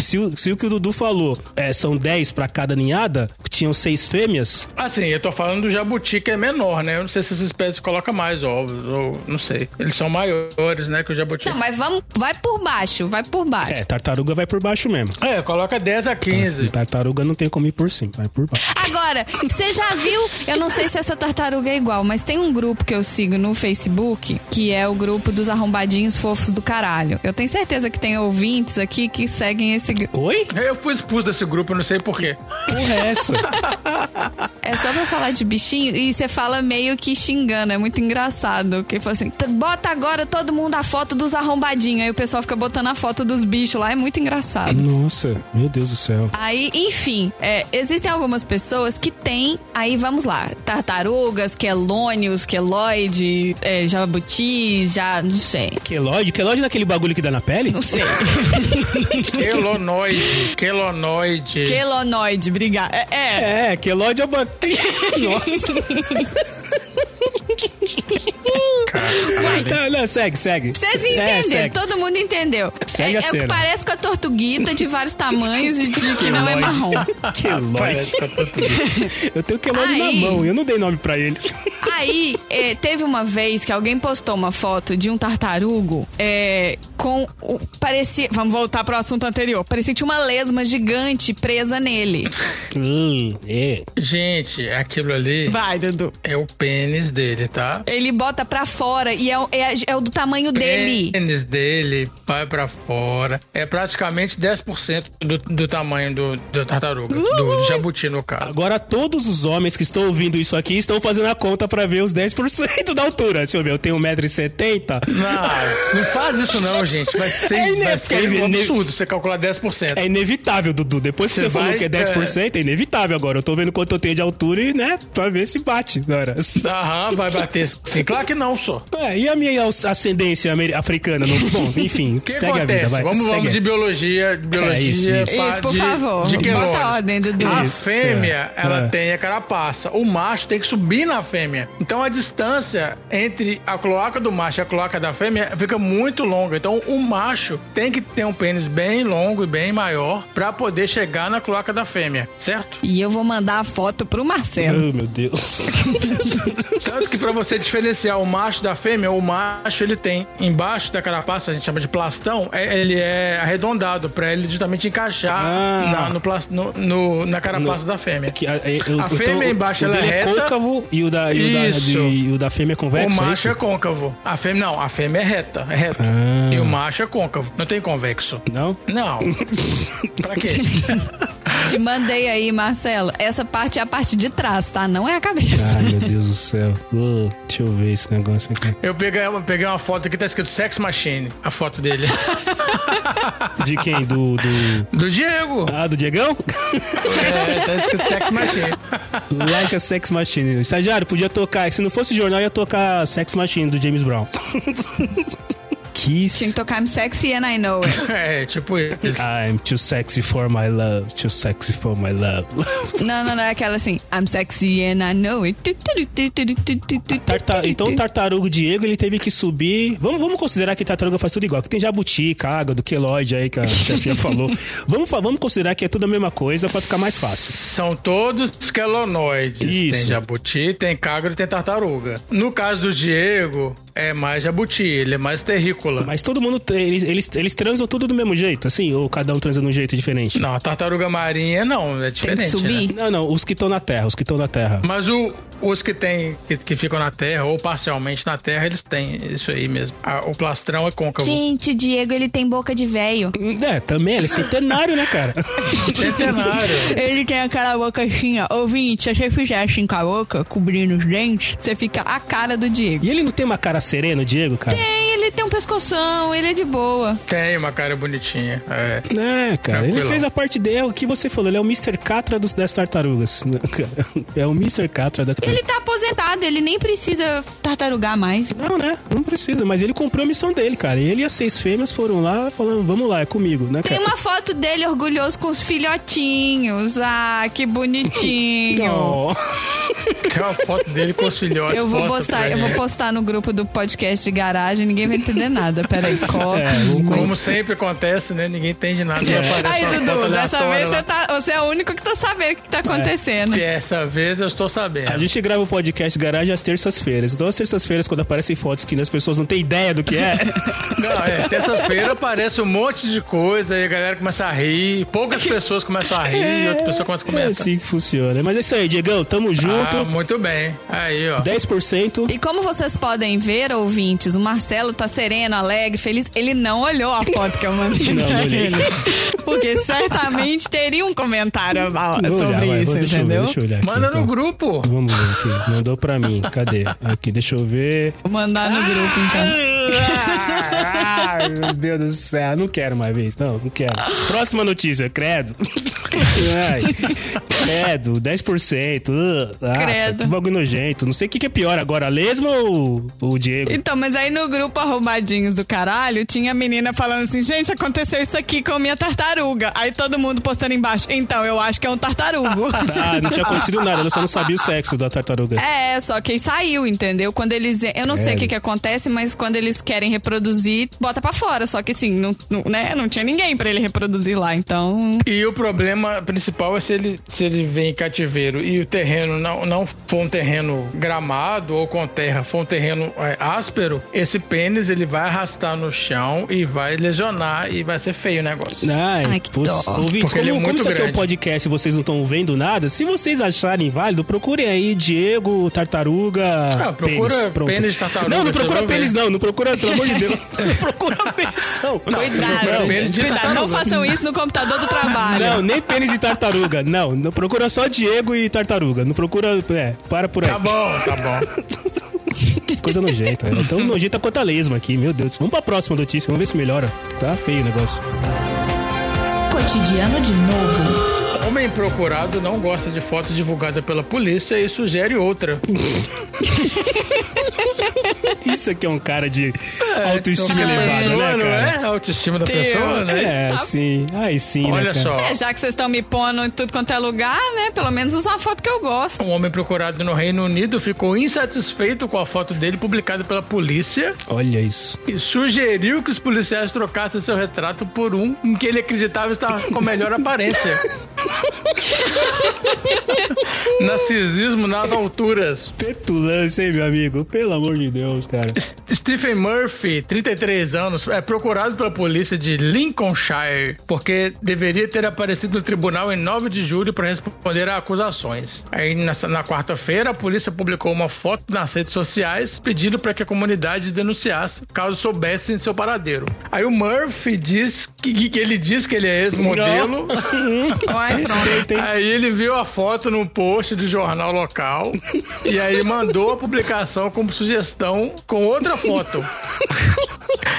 Speaker 2: se, o, se o que o Dudu falou é, são 10 pra cada ninhada, tinham seis fêmeas,
Speaker 4: Assim, eu tô falando do jabuti, que é menor, né? Eu não sei se essa espécie coloca mais ovos, ou não sei. Eles são maiores, né, que o jabuti.
Speaker 3: Não, mas vamos, vai por baixo, vai por baixo.
Speaker 2: é, tartaruga vai por baixo mesmo.
Speaker 4: É, coloca 10 a 15.
Speaker 2: Tartaruga não tem como ir por cima, vai por baixo.
Speaker 3: Agora, você já viu? Eu não sei se essa tartaruga é igual, mas tem um grupo que eu sigo no Facebook, que é o grupo dos arrombadinhos fofos do caralho. Eu tenho certeza que tem ouvintes aqui que seguem esse. gru-
Speaker 2: Oi?
Speaker 4: Eu fui expulso desse grupo, eu não sei porquê.
Speaker 2: Porra, é essa?
Speaker 3: É só pra falar de bichinho e você fala meio que xingando, é muito engraçado. Que fala assim: "T- bota agora todo mundo a foto dos arrombadinhos. Aí o pessoal fica botando a foto dos bichos lá, é muito engraçado.
Speaker 2: Nossa, meu Deus do céu.
Speaker 3: Aí, enfim, é, existem algumas pessoas que têm, aí vamos lá, tartarugas, quelônios, queloide, é, jabuti, já, não sei,
Speaker 2: Queloide? Queloide é aquele bagulho que dá na pele?
Speaker 3: não sei.
Speaker 4: Quelonoide, quelonoide.
Speaker 3: Quelonoide, obrigada. É, é,
Speaker 2: É, queloide é uma... Nossa. Não, não, segue, segue.
Speaker 3: Vocês
Speaker 2: É,
Speaker 3: entenderam,
Speaker 2: segue.
Speaker 3: todo mundo entendeu.
Speaker 2: Segue
Speaker 3: É,
Speaker 2: a
Speaker 3: é o que
Speaker 2: cena.
Speaker 3: parece com a tortuguita de vários tamanhos e de que não é
Speaker 2: lógico.
Speaker 3: marrom.
Speaker 2: Que lógico.
Speaker 4: Parece que eu tô tudo.
Speaker 2: Eu tenho que nome na
Speaker 3: Aí.
Speaker 2: mão, eu não dei nome pra ele.
Speaker 3: Aí, eh, teve uma vez que alguém postou uma foto de um tartarugo eh, com. O, parecia. Vamos voltar pro assunto anterior. Parecia que tinha uma lesma gigante presa nele.
Speaker 2: Hum, é.
Speaker 4: Gente, aquilo ali
Speaker 5: Vai, Dudu.
Speaker 4: é o pênis dele, tá?
Speaker 3: Ele bota pra fora e é, o- é a- é o do tamanho dele.
Speaker 4: O pênis dele vai pra fora. É praticamente 10% do, do tamanho do, do tartaruga. Do jabuti, no caso.
Speaker 2: Agora todos os homens que estão ouvindo isso aqui estão fazendo a conta pra ver os 10% da altura. Deixa eu ver, eu tenho 1,70m.
Speaker 4: Não, não faz isso não, gente. Vai ser,
Speaker 2: É
Speaker 4: vai
Speaker 2: inevitável.
Speaker 4: ser um absurdo você calcular 10%.
Speaker 2: É inevitável, Dudu. Depois que
Speaker 4: Você
Speaker 2: você, falou
Speaker 4: vai,
Speaker 2: que é 10%, é... inevitável agora. Eu tô vendo quanto eu tenho de altura e, né, pra ver se bate. Agora.
Speaker 4: Aham, vai bater. Sim, claro que não, só.
Speaker 2: É, e a minha aus- ascendência amer- africana? Não... Bom, enfim,
Speaker 4: O que
Speaker 2: segue
Speaker 4: acontece?
Speaker 2: a vida, vai.
Speaker 4: Vamos,
Speaker 2: segue
Speaker 4: vamos
Speaker 2: a-
Speaker 4: de biologia, de biologia.
Speaker 2: isso, isso.
Speaker 4: pá,
Speaker 3: Isso, por
Speaker 4: de-
Speaker 3: favor.
Speaker 4: de Quirone.
Speaker 3: Bota ordem, Dudu.
Speaker 4: A
Speaker 2: Isso,
Speaker 4: fêmea,
Speaker 2: é,
Speaker 4: ela
Speaker 2: é.
Speaker 4: tem a carapaça. O macho tem que subir na fêmea. Então a distância entre a cloaca do macho e a cloaca da fêmea fica muito longa. Então o macho tem que ter um pênis bem longo e bem maior pra poder chegar na cloaca da fêmea, certo?
Speaker 3: E eu vou mandar a foto pro Marcelo.
Speaker 2: Oh, meu Deus.
Speaker 4: Tanto que pra você diferenciar o macho da fêmea, o macho ele tem embaixo da carapaça, a gente chama de plastão, é- ele é arredondado pra ele justamente encaixar
Speaker 2: Ah.
Speaker 4: na, no plas- no- no- na carapaça da fêmea.
Speaker 2: Que a, eu- eu-
Speaker 4: A fêmea
Speaker 2: então, o-
Speaker 4: embaixo,
Speaker 2: o
Speaker 4: ela é
Speaker 2: dele
Speaker 4: reta.
Speaker 2: côncavo e o da, e o da,
Speaker 4: Isso.
Speaker 2: de- e o da fêmea é
Speaker 4: O
Speaker 2: convexo, é
Speaker 4: macho
Speaker 2: isso?
Speaker 4: é côncavo. A fêmea não, a fêmea é reta, é reta.
Speaker 2: Ah.
Speaker 4: E o macho é côncavo, não tem convexo.
Speaker 2: Não?
Speaker 4: Não. pra quê?
Speaker 3: Te mandei aí, Marcelo. Essa parte é a parte de trás, tá? Não é a cabeça.
Speaker 2: Ai, meu Deus do céu. Ô, deixa eu ver esse negócio aqui.
Speaker 4: Eu peguei, eu peguei uma foto aqui, tá escrito Sex Machine, a foto dele.
Speaker 2: De quem? Do... do...
Speaker 4: Do Diego.
Speaker 2: Ah, do Diegão?
Speaker 4: É, tá escrito Sex Machine.
Speaker 2: Like a Sex Machine. Estagiário, podia tocar. Se não fosse jornal, ia tocar Sex Machine do James Brown.
Speaker 3: Tinha
Speaker 2: Kiss.
Speaker 3: que tocar I'm sexy and I know it.
Speaker 4: É, tipo isso.
Speaker 2: I'm too sexy for my love. Too sexy for my love.
Speaker 3: Não, não, não. É aquela assim. I'm sexy and I know it.
Speaker 2: Tarta- Então o
Speaker 3: tá.
Speaker 2: tartaruga Diego, ele teve que subir. Vamos, vamos considerar que tartaruga faz tudo igual. Que tem jabuti, caga, do queloide aí que a chefia falou. Vamos, fa- vamos considerar que é tudo a mesma coisa pra ficar mais fácil.
Speaker 4: São todos esquelonoides.
Speaker 2: Isso.
Speaker 4: Tem jabuti, tem cagro e tem tartaruga. No caso do Diego, é mais jabuti, ele é mais terrícola.
Speaker 2: Mas todo mundo, tem- eles, eles, eles transam tudo do mesmo jeito, assim? Ou cada um transa de um jeito diferente?
Speaker 4: Não, a tartaruga marinha não, é
Speaker 3: Tem
Speaker 4: diferente.
Speaker 3: que
Speaker 4: né?
Speaker 3: subir.
Speaker 2: Não, não, os que estão na terra, os que estão na terra.
Speaker 4: Mas o- os que tem, que, que ficam na terra, ou parcialmente na terra, eles têm isso aí mesmo. A- o plastrão é côncavo.
Speaker 3: Gente, o Diego, ele tem boca de véio.
Speaker 2: É, também, ele é centenário, né, cara?
Speaker 4: Centenário.
Speaker 3: Ele tem aquela boca assim, ó. Ouvinte, se você fizer assim com a boca, cobrindo os dentes, você fica a cara do Diego.
Speaker 2: E ele não tem uma cara serena, o Diego, cara?
Speaker 3: Tem, ele tem um pescoção, ele é de boa.
Speaker 4: Tem uma cara bonitinha. É.
Speaker 2: É, cara, ele
Speaker 4: Tranquilão.
Speaker 2: fez a parte dele, é o que você falou, ele é o Mr. Catra dos, das tartarugas. É o Mr. Catra das tartarugas.
Speaker 3: Ele tá aposentado, ele nem precisa tartarugar mais.
Speaker 2: Não, né? Não precisa, mas ele cumpriu a missão dele, cara. Ele e as seis fêmeas foram lá falando, vamos lá, é comigo, né,
Speaker 3: Tem
Speaker 2: cara?
Speaker 3: uma foto dele orgulhoso com os filhotinhos. Ah, que bonitinho.
Speaker 2: Oh.
Speaker 4: Tem uma foto dele com os filhotes.
Speaker 3: Eu vou,
Speaker 4: posta pra
Speaker 3: postar, eu
Speaker 4: gente.
Speaker 3: vou postar no grupo do podcast de garagem, ninguém vai entender nada. Peraí, copy.
Speaker 2: É, vou colocar.
Speaker 4: Como sempre acontece, né? Ninguém entende nada. e aparece
Speaker 3: Aí,
Speaker 4: uma
Speaker 3: Dudu,
Speaker 4: foto
Speaker 3: dessa
Speaker 4: aleatória
Speaker 3: vez
Speaker 4: lá.
Speaker 3: você, tá, você é o único que tá sabendo o que tá
Speaker 2: É.
Speaker 3: acontecendo.
Speaker 4: Dessa vez eu estou sabendo.
Speaker 2: A gente grava o podcast Garagem às terças-feiras. Então, às terças-feiras, quando aparecem fotos que as pessoas não têm ideia do que é,
Speaker 4: Não, é. Terça-feira aparece um monte de coisa e a galera começa a rir. Poucas pessoas começam a rir e outra pessoa começa a
Speaker 2: é
Speaker 4: comentar.
Speaker 2: assim que funciona. Mas é isso aí, Diegão, tamo junto.
Speaker 4: Ah, muito bem. Aí, ó.
Speaker 2: 10%.
Speaker 3: E como vocês podem ver, ouvintes, o Marcelo tá sereno, alegre, feliz. Ele não olhou a foto que eu mandei
Speaker 2: Não,
Speaker 3: pra
Speaker 2: não olhei.
Speaker 3: ele. Porque certamente teria um comentário a-
Speaker 2: Vou
Speaker 3: sobre
Speaker 2: olhar, vai,
Speaker 3: isso,
Speaker 2: é, vou- deixa eu ver,
Speaker 3: entendeu?
Speaker 2: deixa eu olhar aqui,
Speaker 4: Manda
Speaker 2: então.
Speaker 4: no grupo.
Speaker 2: Vamos ver aqui. Mandou pra
Speaker 3: Ah!
Speaker 2: mim. Cadê? Aqui, deixa eu ver.
Speaker 3: Vou mandar no grupo, então.
Speaker 2: Ai, meu Deus do céu. Ah, Não quero mais ver isso. Não, não quero. Próxima notícia, credo. Ai, credo, 10%. Uh, nossa,
Speaker 3: Credo.
Speaker 2: Que bagulho nojento. Não sei o que, que é pior agora, a lesma ou o Diego?
Speaker 3: Então, mas aí no grupo Arrumadinhos do Caralho, tinha a menina falando assim: gente, aconteceu isso aqui com a minha tartaruga. Aí todo mundo postando embaixo: então, eu acho que é um tartarugo.
Speaker 2: Ah, não tinha acontecido nada, eu só não sabia o sexo da tartaruga.
Speaker 3: É, só que saiu, entendeu? Quando eles. Eu não sei o que, que acontece, mas quando eles querem reproduzir, bota pra fora. Só que assim, não, não- né? não tinha ninguém pra ele reproduzir lá. Então.
Speaker 4: E o problema principal é se ele, se ele vem em cativeiro e o terreno não, não for um terreno gramado ou com terra, for um terreno é, áspero, esse pênis ele vai arrastar no chão e vai lesionar e vai ser feio o negócio.
Speaker 2: Ai,
Speaker 6: Ai, que
Speaker 2: putz,
Speaker 6: dó.
Speaker 2: ouvintes,
Speaker 4: Porque ele
Speaker 2: como,
Speaker 4: é
Speaker 2: como
Speaker 4: muito
Speaker 2: isso aqui é um
Speaker 4: grande.
Speaker 2: podcast e vocês não estão vendo nada, se vocês acharem válido, procurem aí Diego, Tartaruga,
Speaker 4: Ah, procura
Speaker 2: pênis, pronto.
Speaker 4: pênis de tartaruga,
Speaker 2: Não, não
Speaker 4: você
Speaker 2: procura
Speaker 4: vai ver.
Speaker 2: pênis não, não procura, pelo amor de Deus. Não procura pênis não.
Speaker 3: Cuidado,
Speaker 2: não,
Speaker 4: pênis
Speaker 3: gente,
Speaker 4: de
Speaker 3: cuidado. Não
Speaker 4: tartaruga.
Speaker 3: façam isso no computador do trabalho.
Speaker 2: Não, nem pênis de tartaruga, não, não procura só Diego e tartaruga, não procura, é, para por aí.
Speaker 4: Tá bom, tá bom.
Speaker 2: Coisa nojenta, é tão nojenta quanto a lesma aqui, meu Deus. Vamos pra próxima notícia, vamos ver se melhora. Tá feio o negócio.
Speaker 6: Cotidiano de novo.
Speaker 4: Homem procurado não gosta de foto divulgada pela polícia e sugere outra.
Speaker 2: Isso aqui é um cara de autoestima
Speaker 4: Então,
Speaker 2: elevada, né,
Speaker 4: pessoa, não
Speaker 2: cara?
Speaker 4: é? A autoestima da pessoa, né?
Speaker 2: É,
Speaker 3: Tá.
Speaker 2: sim. Aí sim, né,
Speaker 4: Olha
Speaker 2: cara?
Speaker 4: só.
Speaker 3: É, já que vocês estão me pondo em tudo quanto é lugar, né? Pelo menos usa uma foto que eu gosto.
Speaker 4: Um homem procurado no Reino Unido ficou insatisfeito com a foto dele publicada pela polícia
Speaker 2: Olha isso.
Speaker 4: e sugeriu que os policiais trocassem seu retrato por um em que ele acreditava estar com melhor aparência. Narcisismo nas alturas.
Speaker 2: Petulância, hein, meu amigo? Pelo amor de Deus, cara.
Speaker 4: S- Stephen Murphy, 33 anos, é procurado pela polícia de Lincolnshire porque deveria ter aparecido no tribunal em 9 de julho para responder a acusações. Aí, nessa- na, quarta-feira, a polícia publicou uma foto nas redes sociais pedindo para que a comunidade denunciasse caso soubessem seu paradeiro. Aí o Murphy diz que, que- que ele diz que ele é ex-modelo.
Speaker 3: Uai, pronto.
Speaker 2: Respeita, hein?
Speaker 4: Aí ele viu a foto num post de jornal local e aí mandou a publicação como sugestão com outra foto.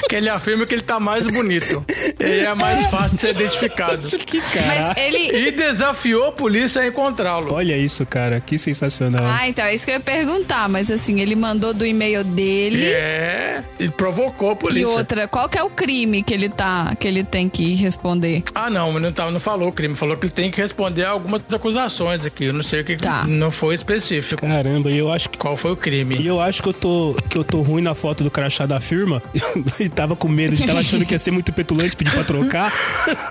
Speaker 4: Que ele afirma que ele tá mais bonito. E aí é mais fácil de ser identificado.
Speaker 2: Que cara.
Speaker 3: Mas ele.
Speaker 4: E desafiou a polícia a encontrá-lo.
Speaker 2: Olha isso, cara. Que sensacional.
Speaker 3: Ah, então é isso que eu ia perguntar, mas assim, ele mandou do e-mail dele.
Speaker 4: É, e provocou a
Speaker 3: E
Speaker 4: polícia.
Speaker 3: outra, qual que é o crime que ele tá, que ele tem que responder?
Speaker 4: Ah, não, não, tá, não falou o crime. Falou que ele tem que responder a algumas acusações aqui. Eu não sei o que.
Speaker 3: Tá.
Speaker 4: Não foi específico.
Speaker 2: Caramba, e eu acho que.
Speaker 4: Qual foi o crime?
Speaker 2: E eu acho que eu tô que eu tô ruim na foto do crachá da firma e tava com medo de tava achando que ia ser muito petulante pedir pra trocar.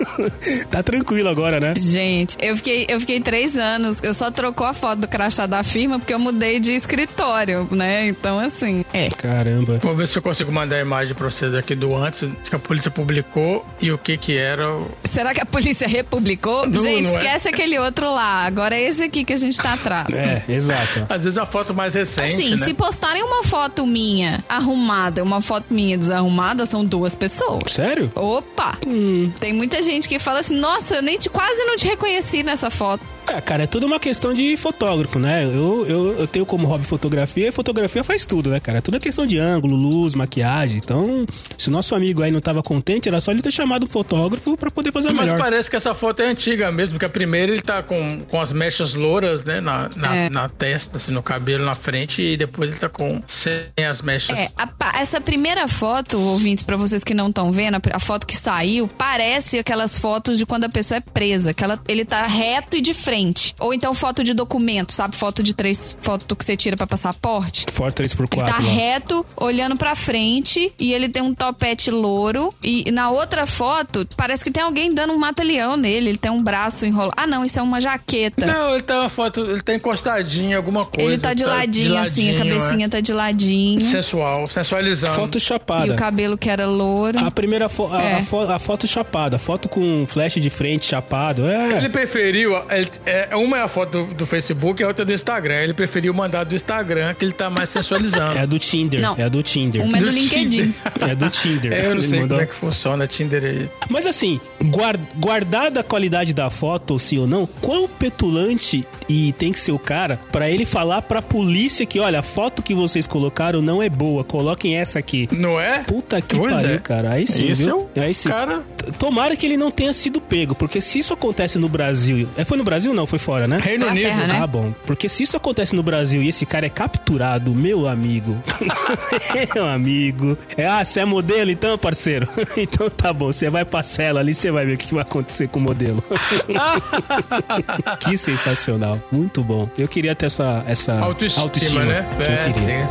Speaker 2: tá tranquilo agora, né?
Speaker 3: Gente, eu fiquei, eu fiquei três anos, eu só trocou a foto do crachá da firma porque eu mudei de escritório, né? Então, assim, é.
Speaker 2: Caramba.
Speaker 4: Vou ver se eu consigo mandar a imagem pra vocês aqui do antes que a polícia publicou e o que que era. o-
Speaker 3: Será que a polícia republicou?
Speaker 4: Não,
Speaker 3: gente,
Speaker 4: não é.
Speaker 3: esquece aquele outro lá. Agora é esse aqui que a gente tá atrás.
Speaker 2: É, exato.
Speaker 4: Às vezes a foto mais recente,
Speaker 3: Assim,
Speaker 4: né?
Speaker 3: se postarem uma foto minha arrumada e uma foto minha desarrumada, são duas pessoas.
Speaker 2: Sério?
Speaker 3: Opa!
Speaker 4: Hum.
Speaker 3: Tem muita gente que fala assim, nossa, eu nem te, quase não te reconheci nessa foto.
Speaker 2: É, cara, é tudo uma questão de fotógrafo, né? Eu, eu, eu tenho como hobby fotografia e fotografia faz tudo, né, cara? Tudo é questão de ângulo, luz, maquiagem. Então, se o nosso amigo aí não tava contente, era só ele ter chamado um fotógrafo pra poder fazer
Speaker 4: Mas
Speaker 2: melhor.
Speaker 4: parece que essa foto é antiga mesmo, porque a primeira ele tá com, com as mechas louras, né? Na, na,
Speaker 3: É.
Speaker 4: na testa, assim, no cabelo, na frente, e depois ele tá com sem as mechas.
Speaker 3: É, a pa- essa primeira foto, ouvintes, pra vocês que não estão vendo, a, pr- a foto que saiu, parece aquelas fotos de quando a pessoa é presa, que ela, ele tá reto e de frente. Ou então foto de documento, sabe? Foto de três, foto que você tira pra passaporte.
Speaker 2: Foto 3x4.
Speaker 3: Ele tá
Speaker 4: né?
Speaker 2: lá.
Speaker 3: reto, olhando pra frente, e ele tem um topete louro. E na outra foto, parece que tem alguém dando um mata-leão nele. Ele tem um braço enrolado. Ah, não, isso é uma jaqueta.
Speaker 4: Não, ele tá uma foto, ele tá encostadinho, alguma coisa.
Speaker 3: ele tá de ladinho, assim, a
Speaker 4: ladinho,
Speaker 3: cabecinha tá de
Speaker 4: é.
Speaker 3: ladinho.
Speaker 4: Sensual, sensualizando.
Speaker 2: Foto
Speaker 3: E
Speaker 2: chapada.
Speaker 3: o cabelo que era louro.
Speaker 2: A primeira fo- a,
Speaker 3: É.
Speaker 2: a fo- a foto chapada, a foto com flash de um frente chapado. É.
Speaker 4: Ele preferiu, ele, É, uma é a foto do, do Facebook e a outra é do Instagram. Ele preferiu mandar do Instagram, que ele tá mais sensualizando.
Speaker 2: É a do Tinder.
Speaker 5: Não.
Speaker 2: É a do Tinder.
Speaker 3: Um
Speaker 5: Uma é do,
Speaker 4: Do
Speaker 5: LinkedIn.
Speaker 2: É do Tinder.
Speaker 4: É, eu não
Speaker 2: Ele
Speaker 4: sei
Speaker 2: mandou-
Speaker 4: como é que funciona Tinder aí.
Speaker 2: Mas assim, guar- guardada a qualidade da foto, sim ou não, quão petulante e tem que ser o cara pra ele falar pra polícia que, olha, a foto que vocês colocaram não é boa, coloquem essa aqui.
Speaker 4: Não é?
Speaker 2: Puta que
Speaker 4: Pois
Speaker 2: pariu,
Speaker 4: é.
Speaker 2: cara. Aí sim,
Speaker 4: Esse
Speaker 2: viu?
Speaker 4: é o
Speaker 2: Aí sim.
Speaker 4: cara-
Speaker 2: T- Tomara que ele não tenha sido pego, porque se isso acontece no Brasil... É, foi no Brasil não? Foi fora, né?
Speaker 4: Reino Unido.
Speaker 5: Inglaterra, né?
Speaker 2: Ah, bom. Porque se isso acontece no Brasil e esse cara é capturado, meu amigo. meu amigo. É, ah, você é modelo então, parceiro? então tá bom, você vai pra cela ali, você vai ver o que que vai acontecer com o modelo. que sensacional. Muito bom. Eu queria ter essa, essa
Speaker 4: Autoestima, né?
Speaker 2: Ah, Eu queria.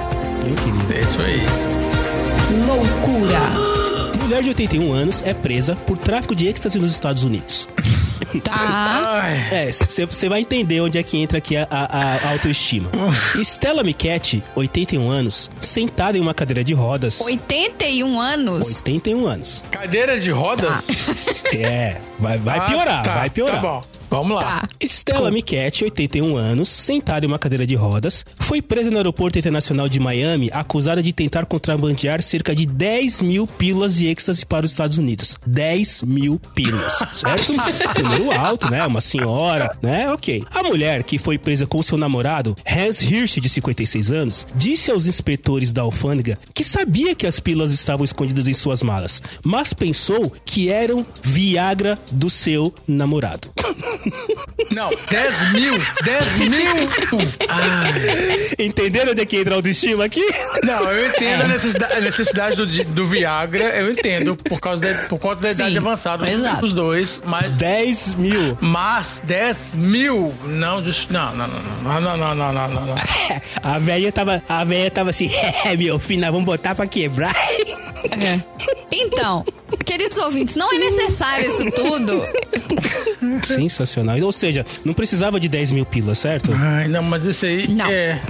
Speaker 2: Eu queria.
Speaker 4: É, é isso aí.
Speaker 5: Loucura.
Speaker 2: Mulher de 81 anos é presa por tráfico de êxtase nos Estados Unidos.
Speaker 5: Tá.
Speaker 4: Ai,
Speaker 2: É, você vai entender onde é que entra aqui a, a- a autoestima. Stella Miquette, 81 anos, sentada em uma cadeira de rodas.
Speaker 5: 81 anos.
Speaker 2: 81 anos.
Speaker 4: cadeira de rodas?
Speaker 2: É, vai, vai
Speaker 4: Ah,
Speaker 2: Ah, piorar,
Speaker 4: tá,
Speaker 2: vai piorar.
Speaker 4: Tá bom. Vamos lá.
Speaker 5: Tá.
Speaker 2: Stella Miquette, 81 anos, sentada em uma cadeira de rodas, foi presa no aeroporto internacional de Miami, acusada de tentar contrabandear cerca de 10 mil pílulas de êxtase para os Estados Unidos. 10 mil pílulas, certo? Número alto, né? Uma senhora, né? Ok. A mulher, que foi presa com seu namorado, Hans Hirsch, de 56 anos, disse aos inspetores da alfândega que sabia que as pílulas estavam escondidas em suas malas, mas pensou que eram Viagra do seu namorado.
Speaker 4: Não, 10 mil. 10 mil.
Speaker 5: Ah.
Speaker 4: Ai.
Speaker 2: Entenderam onde é que entra a autoestima aqui?
Speaker 4: Não, eu
Speaker 5: É.
Speaker 4: entendo a necessida- a necessidade do, di- do Viagra, eu entendo, por, causa da, por conta da idade
Speaker 5: Sim,
Speaker 4: avançada
Speaker 5: exato.
Speaker 4: dos dois, mas
Speaker 2: 10 mil.
Speaker 4: Mas 10 mil? Não, just- não, não, não, não, não, não, não, não, não.
Speaker 2: A velha tava, a velha tava assim, é, meu filho, nós vamos botar pra quebrar.
Speaker 5: É. Então, queridos ouvintes, não é necessário isso tudo.
Speaker 2: Sensacional. Ou seja, não precisava de 10 mil pilas, certo?
Speaker 4: Ai, não, mas isso aí
Speaker 5: Não.
Speaker 4: é.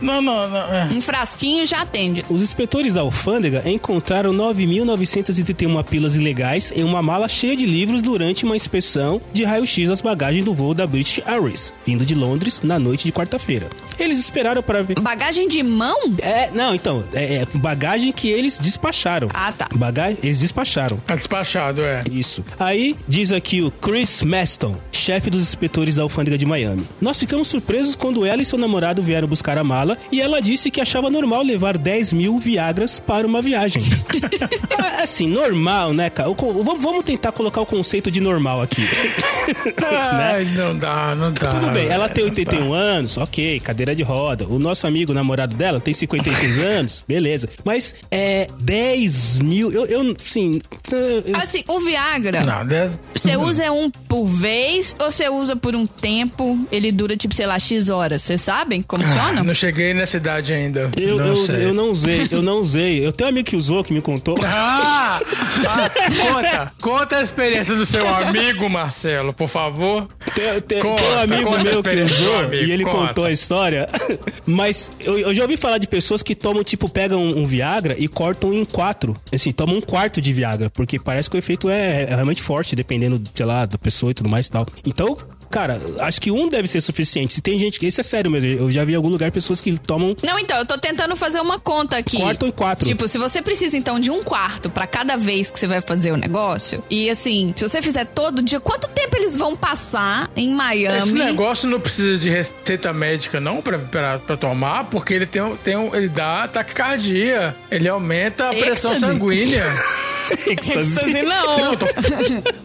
Speaker 4: Não, não, não. é.
Speaker 5: Um frasquinho já atende.
Speaker 2: Os inspetores da alfândega encontraram 9.931 pilas um ilegais em uma mala cheia de livros durante uma inspeção de raio-x das bagagens do voo da British Airways, vindo de Londres na noite de quarta-feira. Eles esperaram para ver.
Speaker 5: Bagagem de mão?
Speaker 2: É, não, então, é, é bagagem que eles despacharam.
Speaker 5: Ah, tá.
Speaker 2: Bagagem, eles despacharam.
Speaker 4: É despachado, é.
Speaker 2: Isso. Aí diz aqui o Chris Maston, chefe dos inspetores da alfândega de Miami. Nós ficamos surpresos quando ela e seu namorado vieram buscar a mala e ela disse que achava normal levar 10 mil Viagras para uma viagem. Ah, assim, normal, né, cara? O co- vamos- Vamos tentar colocar o conceito de normal aqui.
Speaker 4: Ai, não dá, não dá.
Speaker 2: Tudo bem, ela tem
Speaker 4: Não dá.
Speaker 2: 81 anos, ok, cadeira de roda. O nosso amigo, o namorado dela, tem 56 anos, beleza. Mas é 10 mil. Eu, eu sim. eu- eu-
Speaker 5: Assim, o Viagra.
Speaker 4: Não, 10.
Speaker 5: Você usa um por vez ou você usa por um tempo? Ele dura, tipo, sei lá, X horas. Vocês sabem como
Speaker 3: Ah,
Speaker 5: funciona?
Speaker 4: Não cheguei nessa idade ainda.
Speaker 2: Eu
Speaker 4: não
Speaker 2: não, eu,
Speaker 4: sei.
Speaker 2: eu não usei, eu não usei. Eu tenho um amigo que usou, que me contou.
Speaker 4: Ah! ah, conta, conta a experiência do seu amigo, Marcelo, por favor.
Speaker 2: Tem, tem-
Speaker 4: Conta,
Speaker 2: tem um amigo
Speaker 4: conta a
Speaker 2: meu que
Speaker 4: experiência do
Speaker 2: usou
Speaker 4: amigo,
Speaker 2: e ele
Speaker 4: conta.
Speaker 2: contou a história. Mas eu, eu já ouvi falar de pessoas que tomam, tipo, pegam um, um Viagra e cortam em quatro. Assim, tomam um quarto de Viagra, porque parece que o efeito é, é realmente forte, dependendo, sei lá, da pessoa e tudo mais e tal. Então. Cara, acho que um deve ser suficiente. Se tem gente. Isso é sério mesmo. Eu já vi em algum lugar pessoas que tomam.
Speaker 5: Não, então, eu tô tentando fazer uma conta aqui.
Speaker 2: Quarto em quatro.
Speaker 5: Tipo, se você precisa, então, de um quarto pra cada vez que você vai fazer o negócio, e assim, se você fizer todo dia, quanto tempo eles vão passar em
Speaker 4: Esse
Speaker 5: Miami?
Speaker 4: negócio não precisa de receita médica, não, pra, pra, pra tomar, porque ele tem, um- tem um, ele dá taquicardia. Ele aumenta a pressão
Speaker 5: Êxtase.
Speaker 4: sanguínea.
Speaker 5: Êxtase, não.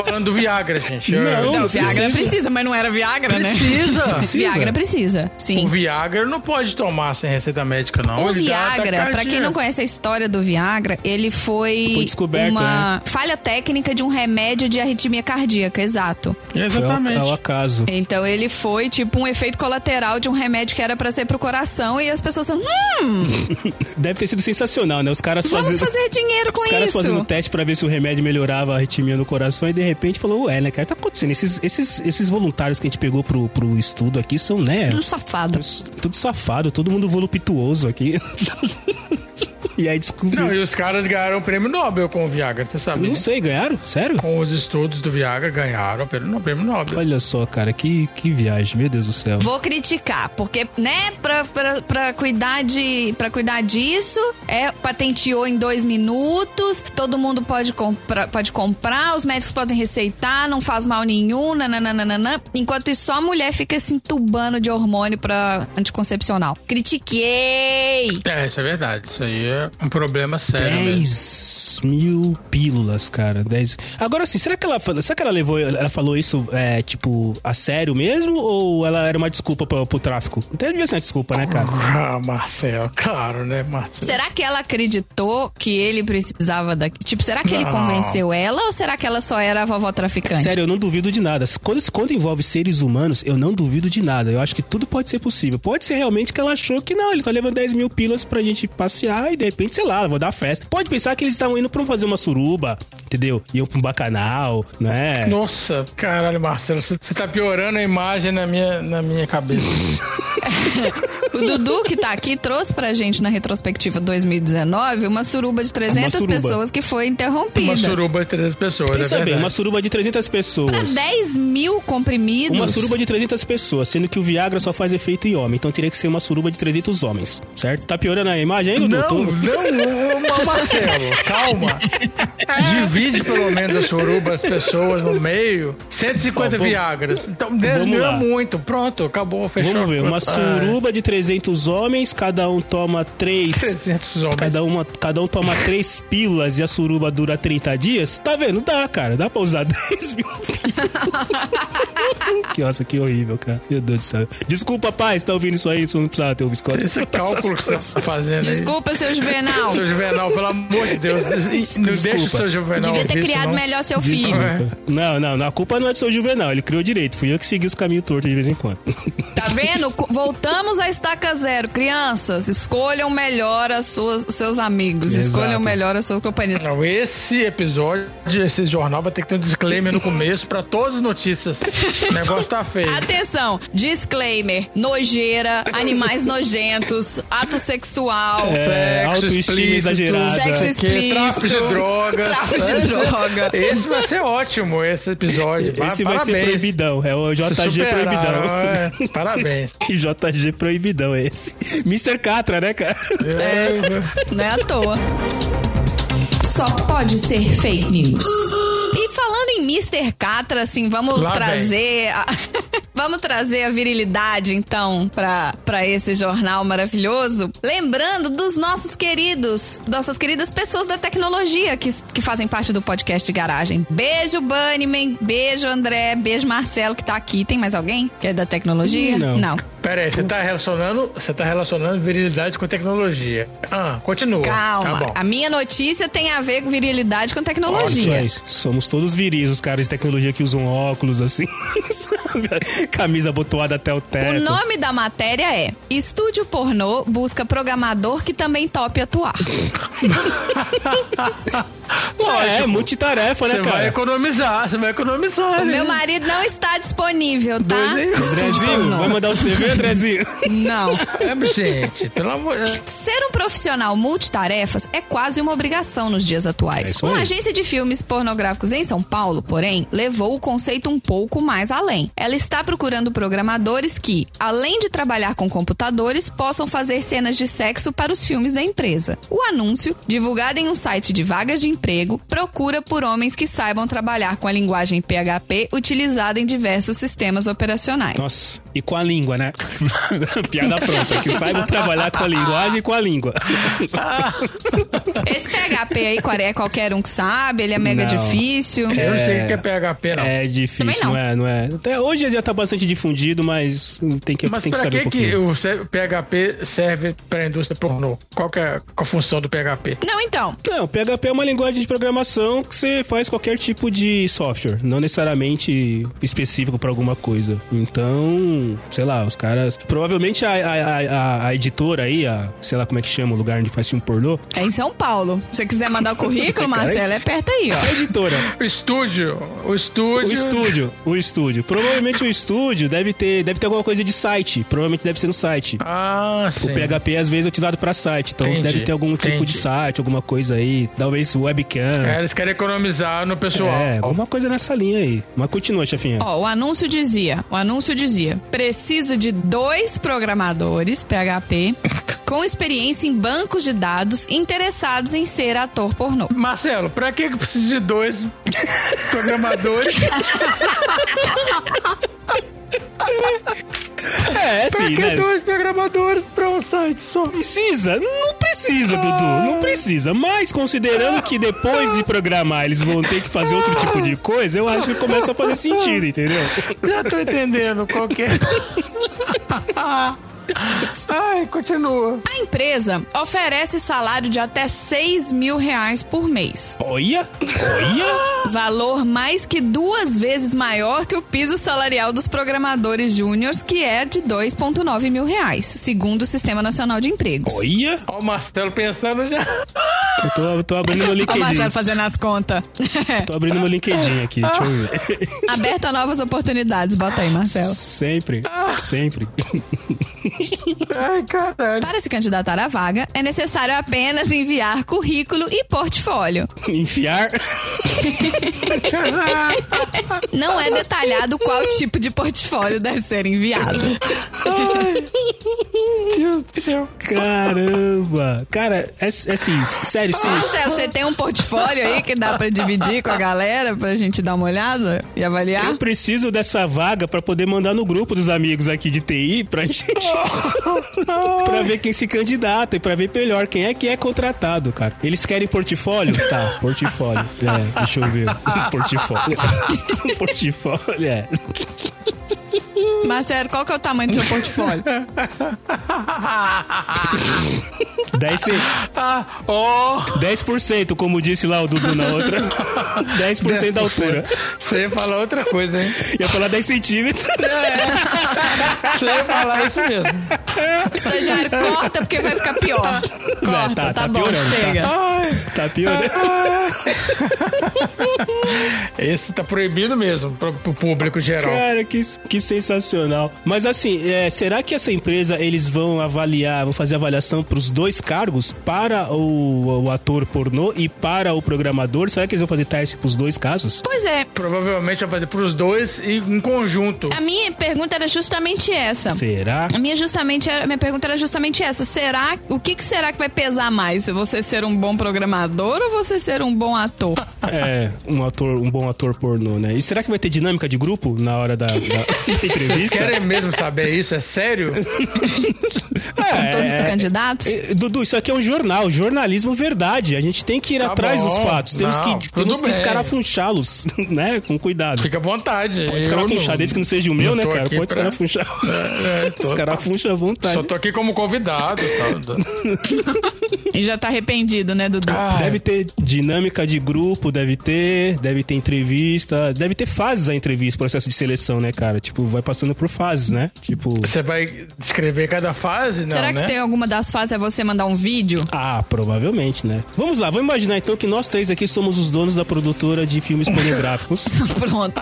Speaker 4: Falando do Viagra, gente. Eu-
Speaker 2: Não,
Speaker 5: Não, Viagra
Speaker 2: precisa.
Speaker 5: precisa, mas não era Viagra, né?
Speaker 4: Precisa.
Speaker 5: Viagra precisa, sim.
Speaker 4: O Viagra não pode tomar sem receita médica, não. Ele
Speaker 5: O
Speaker 4: tá dá
Speaker 2: tá
Speaker 5: Viagra,
Speaker 4: taquicardia.
Speaker 5: pra quem não conhece a história do Viagra, ele foi,
Speaker 2: Foi descoberto, né?
Speaker 5: uma falha técnica de um remédio de arritmia cardíaca, exato.
Speaker 2: Foi ao,
Speaker 4: Exatamente.
Speaker 2: ao é acaso.
Speaker 5: Então ele foi tipo um efeito colateral de um remédio que era pra ser pro coração e as pessoas falam, hum,
Speaker 2: Deve ter sido sensacional, né? Os caras
Speaker 5: vamos
Speaker 2: fazendo.
Speaker 5: fazer dinheiro com
Speaker 2: Os
Speaker 3: Tipo
Speaker 2: caras fazendo
Speaker 5: isso.
Speaker 2: teste pra ver se o remédio melhorava a arritmia no coração e de repente falou, ué, né, cara, tá acontecendo. Esses, esses, esses voluntários que a gente pegou pro, pro estudo aqui são, né,
Speaker 5: Um safado.
Speaker 2: tudo safado, todo mundo voluptuoso aqui. E aí descobriu.
Speaker 4: Não, e os caras ganharam o prêmio Nobel com o Viagra, você sabe?
Speaker 2: Não
Speaker 4: né?
Speaker 2: sei, ganharam? Sério?
Speaker 4: Com os estudos do Viagra, ganharam o prêmio prêmio Nobel.
Speaker 2: Olha só, cara, que, que viagem, meu Deus do céu.
Speaker 3: Vou criticar, porque, né, pra, pra, pra cuidar, de, pra cuidar disso, é, patenteou em dois minutos, todo mundo pode, compra, pode comprar, os médicos podem receitar, não faz mal nenhum, nananana. Enquanto isso, só a mulher fica se entubando de hormônio pra anticoncepcional. Critiquei!
Speaker 4: É, isso é verdade. Isso aí é um problema
Speaker 2: É
Speaker 4: sério. mesmo.
Speaker 2: 10 mil pílulas, cara. 10. Agora sim, será que ela fala- será que ela levou, ela falou isso é, tipo a sério mesmo ou ela era uma desculpa pro, pro tráfico? Até devia ser uma desculpa, né, cara?
Speaker 4: Ah, Marcel, claro, né, Marcel?
Speaker 5: é
Speaker 3: Será que ela acreditou que ele precisava daqui? Tipo, será que ele
Speaker 4: Não.
Speaker 3: convenceu ela ou será que ela só era a vovó traficante?
Speaker 2: Sério, eu não duvido de nada. Quando, quando envolve seres humanos, eu não duvido de nada. Eu acho que tudo pode ser possível. Pode ser realmente que ela achou que não, ele tá levando 10 mil pilas pra gente passear e de repente, sei lá, vou dar festa. Pode pensar que eles estavam indo pra fazer uma suruba, entendeu? Iam pra um bacanal, né?
Speaker 4: Nossa, caralho, Marcelo, você você tá piorando a imagem na minha, na minha cabeça.
Speaker 3: O Dudu, que tá aqui, trouxe pra gente na retrospectiva 2019 uma suruba de 300
Speaker 2: suruba.
Speaker 3: pessoas que foi
Speaker 4: Uma
Speaker 3: interrompida.
Speaker 4: suruba de 300 pessoas,
Speaker 2: Pensa
Speaker 4: é
Speaker 2: bem,
Speaker 4: verdade.
Speaker 2: uma suruba de 300 pessoas.
Speaker 3: 10 mil comprimidos.
Speaker 2: Uma suruba de 300 pessoas, sendo que o Viagra só faz efeito em homem. Então teria que ser uma suruba de 300 homens, certo? Tá piorando a imagem, hein, Dudu? Então,
Speaker 4: Não,
Speaker 2: Tô-
Speaker 4: não, ô, Marcelo, calma. Divide pelo menos a suruba, as pessoas no meio. 150
Speaker 2: Ó, vamos-
Speaker 4: Viagras. Então, 10
Speaker 2: Vamos
Speaker 4: mil é
Speaker 2: lá.
Speaker 4: muito. Pronto, acabou, fechou.
Speaker 2: Vamos ver, uma
Speaker 4: Ah,
Speaker 2: suruba de 300 homens, cada um toma 3
Speaker 4: 300 homens.
Speaker 2: Cada, uma, cada um toma três pilas e a suruba dura 30 dias? Tá vendo? Dá, cara. Dá pra usar 10 mil pilas. que, nossa, que horrível, cara. Meu Deus do céu. Desculpa, pai, você tá ouvindo isso aí? Você não precisava ter ouvido escola.
Speaker 4: Esse cálculo que você tá fazendo
Speaker 3: Desculpa, seu Juvenal.
Speaker 4: aí. Seu Juvenal, pelo amor de Deus, não deixa o seu Juvenal.
Speaker 3: Devia ter
Speaker 4: ouvir isso,
Speaker 3: criado
Speaker 4: não.
Speaker 3: melhor seu
Speaker 2: Desculpa.
Speaker 3: filho.
Speaker 4: né?
Speaker 2: Não, não, não. A culpa não é do seu juvenal. Ele criou direito. Fui eu que segui os caminhos tortos de vez em quando.
Speaker 3: Tá vendo? Co- Voltamos à estaca zero. Crianças, escolham melhor as suas, os seus amigos.
Speaker 2: Exato.
Speaker 3: Escolham melhor as suas companhias.
Speaker 4: Não, esse episódio, esse jornal vai ter que ter um disclaimer no começo pra todas as notícias. O negócio tá feio.
Speaker 3: Atenção, disclaimer, nojeira, animais nojentos, ato sexual,
Speaker 2: É, autoestima
Speaker 4: explícito,
Speaker 2: exagerada.
Speaker 3: Sexo
Speaker 4: não sei o quê, Tráfico de
Speaker 3: explícito.
Speaker 4: drogas.
Speaker 3: tráfico de
Speaker 4: Esse-
Speaker 3: droga.
Speaker 4: Esse vai ser ótimo, esse episódio.
Speaker 2: Esse vai
Speaker 4: Parabéns.
Speaker 2: ser proibidão. É o
Speaker 4: Se
Speaker 2: JG
Speaker 4: superaram,
Speaker 2: proibidão.
Speaker 4: é. Parabéns.
Speaker 2: JG proibidão é esse. Mr. Catra, né, cara?
Speaker 3: Não é à toa. Só pode ser fake news. E falando em Mr. Catra, assim, vamos
Speaker 4: Lá vem.
Speaker 3: trazer. a- vamos trazer a virilidade, então, pra, pra esse jornal maravilhoso. Lembrando dos nossos queridos, nossas queridas pessoas da tecnologia que, que fazem parte do podcast Garagem. Beijo, Bunnyman. Beijo, André. Beijo, Marcelo, que tá aqui. Tem mais alguém que é da tecnologia?
Speaker 2: Hum, não.
Speaker 3: não.
Speaker 4: Pera aí, você tá relacionando, você tá relacionando virilidade com tecnologia. Ah, continua.
Speaker 3: Calma.
Speaker 4: Tá bom.
Speaker 3: a minha notícia tem a ver com virilidade com
Speaker 2: Isso
Speaker 3: tecnologia.
Speaker 2: é isso. Somos todos viris, os caras de tecnologia que usam óculos assim, sabe? Camisa abotoada até o teto.
Speaker 3: O nome da matéria é Estúdio Pornô busca programador que também tope atuar.
Speaker 2: Pô, é, multitarefa, né,
Speaker 4: Você vai
Speaker 2: cara?
Speaker 4: economizar, você vai economizar.
Speaker 3: O
Speaker 4: né?
Speaker 3: meu marido não está disponível, tá?
Speaker 4: Dois em um.
Speaker 3: Estúdio
Speaker 2: Andrezinho, vai
Speaker 3: Pornô.
Speaker 2: mandar o CV, Andrezinho?
Speaker 3: Não.
Speaker 4: É, gente, pelo amor de
Speaker 3: Ser um profissional multitarefas é quase uma obrigação nos dias
Speaker 2: É
Speaker 3: atuais.
Speaker 2: isso aí.
Speaker 3: uma agência de filmes pornográficos em São Paulo, porém, levou o conceito um pouco mais além. Ela está procurando programadores que, além de trabalhar com computadores, possam fazer cenas de sexo para os filmes da empresa. O anúncio, divulgado em um site de vagas de emprego, procura por homens que saibam trabalhar com a linguagem PHP utilizada em diversos sistemas operacionais.
Speaker 2: Nossa, e com a língua, né? Piada pronta, que saibam trabalhar com a linguagem e com a língua.
Speaker 3: Esse PHP aí qual- é qualquer um que sabe, ele é
Speaker 2: Então-
Speaker 3: mega
Speaker 2: Não.
Speaker 3: difícil.
Speaker 4: Eu não sei o que é PHP, não.
Speaker 2: É difícil,
Speaker 3: Também não.
Speaker 2: não. é, não é? Até hoje já tá bastante difundido, mas tem que,
Speaker 4: Mas
Speaker 2: tem que
Speaker 4: pra
Speaker 2: saber um
Speaker 4: que, que
Speaker 2: pouquinho.
Speaker 4: o se- PHP serve pra indústria pornô? Qual que é a qual a função do PHP?
Speaker 3: Não, então,
Speaker 2: Não, PHP é uma linguagem de programação que você faz qualquer tipo de software, não necessariamente específico para alguma coisa. Então, sei lá, os caras. Provavelmente a, a, a, a editora aí, a, sei lá como é que chama o lugar onde faz filme pornô.
Speaker 3: É em São Paulo. Se você quiser mandar o currículo, Marcelo, é perto aí, ó.
Speaker 2: A editora.
Speaker 4: O estúdio, o estúdio.
Speaker 2: O estúdio, o estúdio. Provavelmente o estúdio deve ter, deve ter alguma coisa de site. Provavelmente deve ser no site.
Speaker 4: Ah,
Speaker 2: O
Speaker 4: sim.
Speaker 2: PHP às vezes é utilizado para site, então
Speaker 4: Entendi,
Speaker 2: deve ter algum tipo de
Speaker 4: entendi.
Speaker 2: site, alguma coisa aí, talvez webcam.
Speaker 4: É, eles querem economizar no pessoal.
Speaker 2: É, alguma coisa nessa linha aí. Mas continua, chefinha.
Speaker 3: Ó, o anúncio dizia, o anúncio dizia, preciso de dois programadores PHP com experiência em bancos de dados interessados em ser ator pornô.
Speaker 4: Marcelo, pra que que precisa de dois programadores?
Speaker 2: é,
Speaker 4: pra
Speaker 2: sim,
Speaker 4: que
Speaker 2: né?
Speaker 4: dois programadores pra um site só?
Speaker 2: Precisa? Não precisa,
Speaker 4: Ah.
Speaker 2: Dudu. Não precisa. Mas considerando que depois de programar eles vão ter que fazer outro tipo de coisa, eu acho que começa a fazer
Speaker 4: Ah.
Speaker 2: sentido, entendeu?
Speaker 4: Já tô entendendo qual que é. Ai, continua.
Speaker 3: A empresa oferece salário de até 6 mil reais por mês.
Speaker 2: Olha, olha.
Speaker 3: Valor mais que duas vezes maior que o piso salarial dos programadores júniors, que é de 2,9 mil reais, segundo o Sistema Nacional de Empregos.
Speaker 2: Olha,
Speaker 4: Ó, o Marcelo pensando já.
Speaker 2: eu tô, eu tô abrindo meu
Speaker 3: Ó,
Speaker 2: LinkedIn.
Speaker 3: Marcelo fazendo as contas.
Speaker 2: Tô abrindo meu LinkedIn aqui, deixa eu ver.
Speaker 3: Aberto a novas oportunidades, bota aí,
Speaker 4: Ah.
Speaker 3: Marcelo.
Speaker 2: Sempre, sempre.
Speaker 4: Ai, caralho.
Speaker 3: Para se candidatar à vaga, é necessário apenas enviar currículo e portfólio.
Speaker 2: Enfiar.
Speaker 3: Não é detalhado qual tipo de portfólio deve ser enviado.
Speaker 4: Deus do céu.
Speaker 2: Caramba. Cara, é, é assim, sério,
Speaker 4: Ah.
Speaker 2: sim.
Speaker 3: Marcelo, você tem um portfólio aí que dá pra dividir com a galera pra gente dar uma olhada e avaliar?
Speaker 2: Eu preciso dessa vaga pra poder mandar no grupo dos amigos aqui de TI pra gente. pra ver quem se candidata e pra ver melhor quem é que é contratado, cara. Eles querem portfólio? Tá, portfólio. É, deixa eu ver. Portfólio. portfólio, é.
Speaker 3: Marcelo, qual que é o tamanho do seu portfólio?
Speaker 2: 10, ce-
Speaker 4: Ah, ó.
Speaker 2: 10%, como disse lá o Dudu na outra. 10% da altura.
Speaker 4: Você ia falar outra coisa, hein?
Speaker 2: Ia falar 10 centímetros.
Speaker 3: É,
Speaker 2: É, tá,
Speaker 4: Você ia falar isso mesmo.
Speaker 3: Estagiário, corta porque vai ficar pior. Corta,
Speaker 2: É,
Speaker 3: tá,
Speaker 2: tá, tá
Speaker 3: bom,
Speaker 2: piorando,
Speaker 3: chega.
Speaker 2: Tá pior, né?
Speaker 4: Esse tá proibido mesmo pro, pro público geral.
Speaker 2: Cara, que, que sensacional. Mas assim, é, será que essa empresa eles vão avaliar, vão fazer avaliação para os dois cargos? Para o, o ator pornô e para o programador? Será que eles vão fazer teste para os dois casos?
Speaker 3: Pois é,
Speaker 4: Provavelmente vai fazer pros dois e em conjunto.
Speaker 3: a minha pergunta era justamente essa.
Speaker 2: Será?
Speaker 3: A minha, justamente era, minha pergunta era justamente essa. Será, o que, que será que vai pesar mais? Você ser um bom programador ou você ser um bom ator?
Speaker 2: É, um ator, um bom ator pornô, né? E será que vai ter dinâmica de grupo na hora da, da entrevista?
Speaker 4: Querem mesmo saber isso? É sério?
Speaker 2: É,
Speaker 3: Todos os
Speaker 2: é.
Speaker 3: candidatos?
Speaker 2: Eh, Dudu, isso aqui é um jornal, jornalismo verdade. A gente tem que ir
Speaker 4: Tá
Speaker 2: atrás dos
Speaker 4: bom.
Speaker 2: fatos, temos
Speaker 4: Não,
Speaker 2: que,
Speaker 4: tudo
Speaker 2: temos que
Speaker 4: bem.
Speaker 2: escarafunchá-los, né? Com cuidado.
Speaker 4: Fica à vontade.
Speaker 2: Pode
Speaker 4: Eu
Speaker 2: escarafunchar,
Speaker 4: não-
Speaker 2: desde que não seja o meu,
Speaker 4: não
Speaker 2: né,
Speaker 4: tô
Speaker 2: cara?
Speaker 4: aqui
Speaker 2: Pode
Speaker 4: pra-
Speaker 2: escarafunchar.
Speaker 4: É, é, tô-
Speaker 2: Os caras funcham à vontade.
Speaker 4: Só tô aqui como convidado. tá?
Speaker 3: E já tá arrependido, né, Dudu?
Speaker 4: Ah,
Speaker 2: Deve ter dinâmica de grupo, deve ter, deve ter entrevista, deve ter fases a entrevista, processo de seleção, né, cara? Tipo, vai passando por fases, né? Tipo,
Speaker 4: Você vai descrever cada fase? Não,
Speaker 3: Será que
Speaker 4: né?
Speaker 3: se tem alguma das fases é você mandar um vídeo?
Speaker 2: ah, provavelmente, né? Vamos lá, vamos imaginar então que nós três aqui somos os donos da produtora de filmes pornográficos
Speaker 3: Pronto.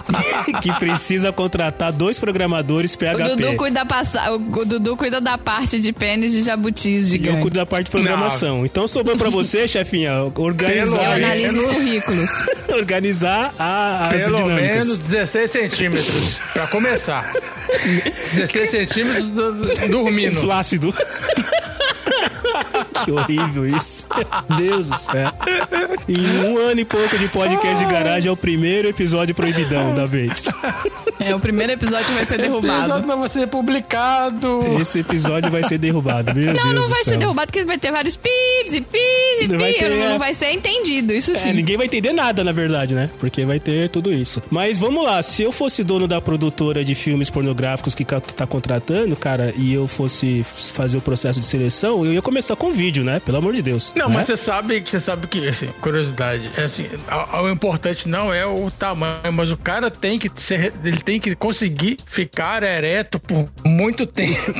Speaker 2: que precisa contratar dois programadores
Speaker 3: O
Speaker 2: PHP.
Speaker 3: Dudu, cuida da passa- o Dudu cuida da parte de pênis de jabutis
Speaker 2: E eu
Speaker 3: gigante.
Speaker 2: cuido da parte de programação. Então sobrou pra você, chefinha, organizar,
Speaker 4: Pelo
Speaker 3: Eu
Speaker 4: Aí,
Speaker 3: analiso
Speaker 4: eu
Speaker 3: os
Speaker 2: né?
Speaker 4: não-
Speaker 3: currículos.
Speaker 2: organizar a, as
Speaker 4: Pelo
Speaker 2: dinâmicas.
Speaker 4: menos 16 centímetros, pra começar. 16 centímetros do- do- dormindo.
Speaker 2: Um Flácido. que horrível isso. Deus do céu. Em um ano e pouco de podcast de garagem, é o primeiro episódio proibidão da vez.
Speaker 3: É, o primeiro episódio vai ser
Speaker 4: Episódio
Speaker 3: derrubado.
Speaker 4: Vai ser publicado.
Speaker 2: Esse episódio vai ser derrubado. Meu
Speaker 3: Não,
Speaker 2: Deus
Speaker 3: não
Speaker 2: do
Speaker 3: vai
Speaker 2: céu.
Speaker 3: ser derrubado, porque vai ter vários pips e pips e
Speaker 2: Não vai
Speaker 3: pips.
Speaker 2: ter,
Speaker 3: Não,
Speaker 2: é.
Speaker 3: não vai ser entendido, isso
Speaker 2: É,
Speaker 3: sim.
Speaker 2: ninguém vai entender nada, na verdade, né? Porque vai ter tudo isso. Mas vamos lá, se eu fosse dono da produtora de filmes pornográficos que ca- tá contratando, cara, e eu fosse f- fazer o processo de seleção, eu ia começar com vídeo. vídeo, né? Pelo amor de Deus.
Speaker 4: Não,
Speaker 2: né?
Speaker 4: mas você sabe, você sabe que, assim, curiosidade, é assim, a- o importante não é o tamanho, mas o cara tem que ser, ele tem que conseguir ficar ereto por muito tempo.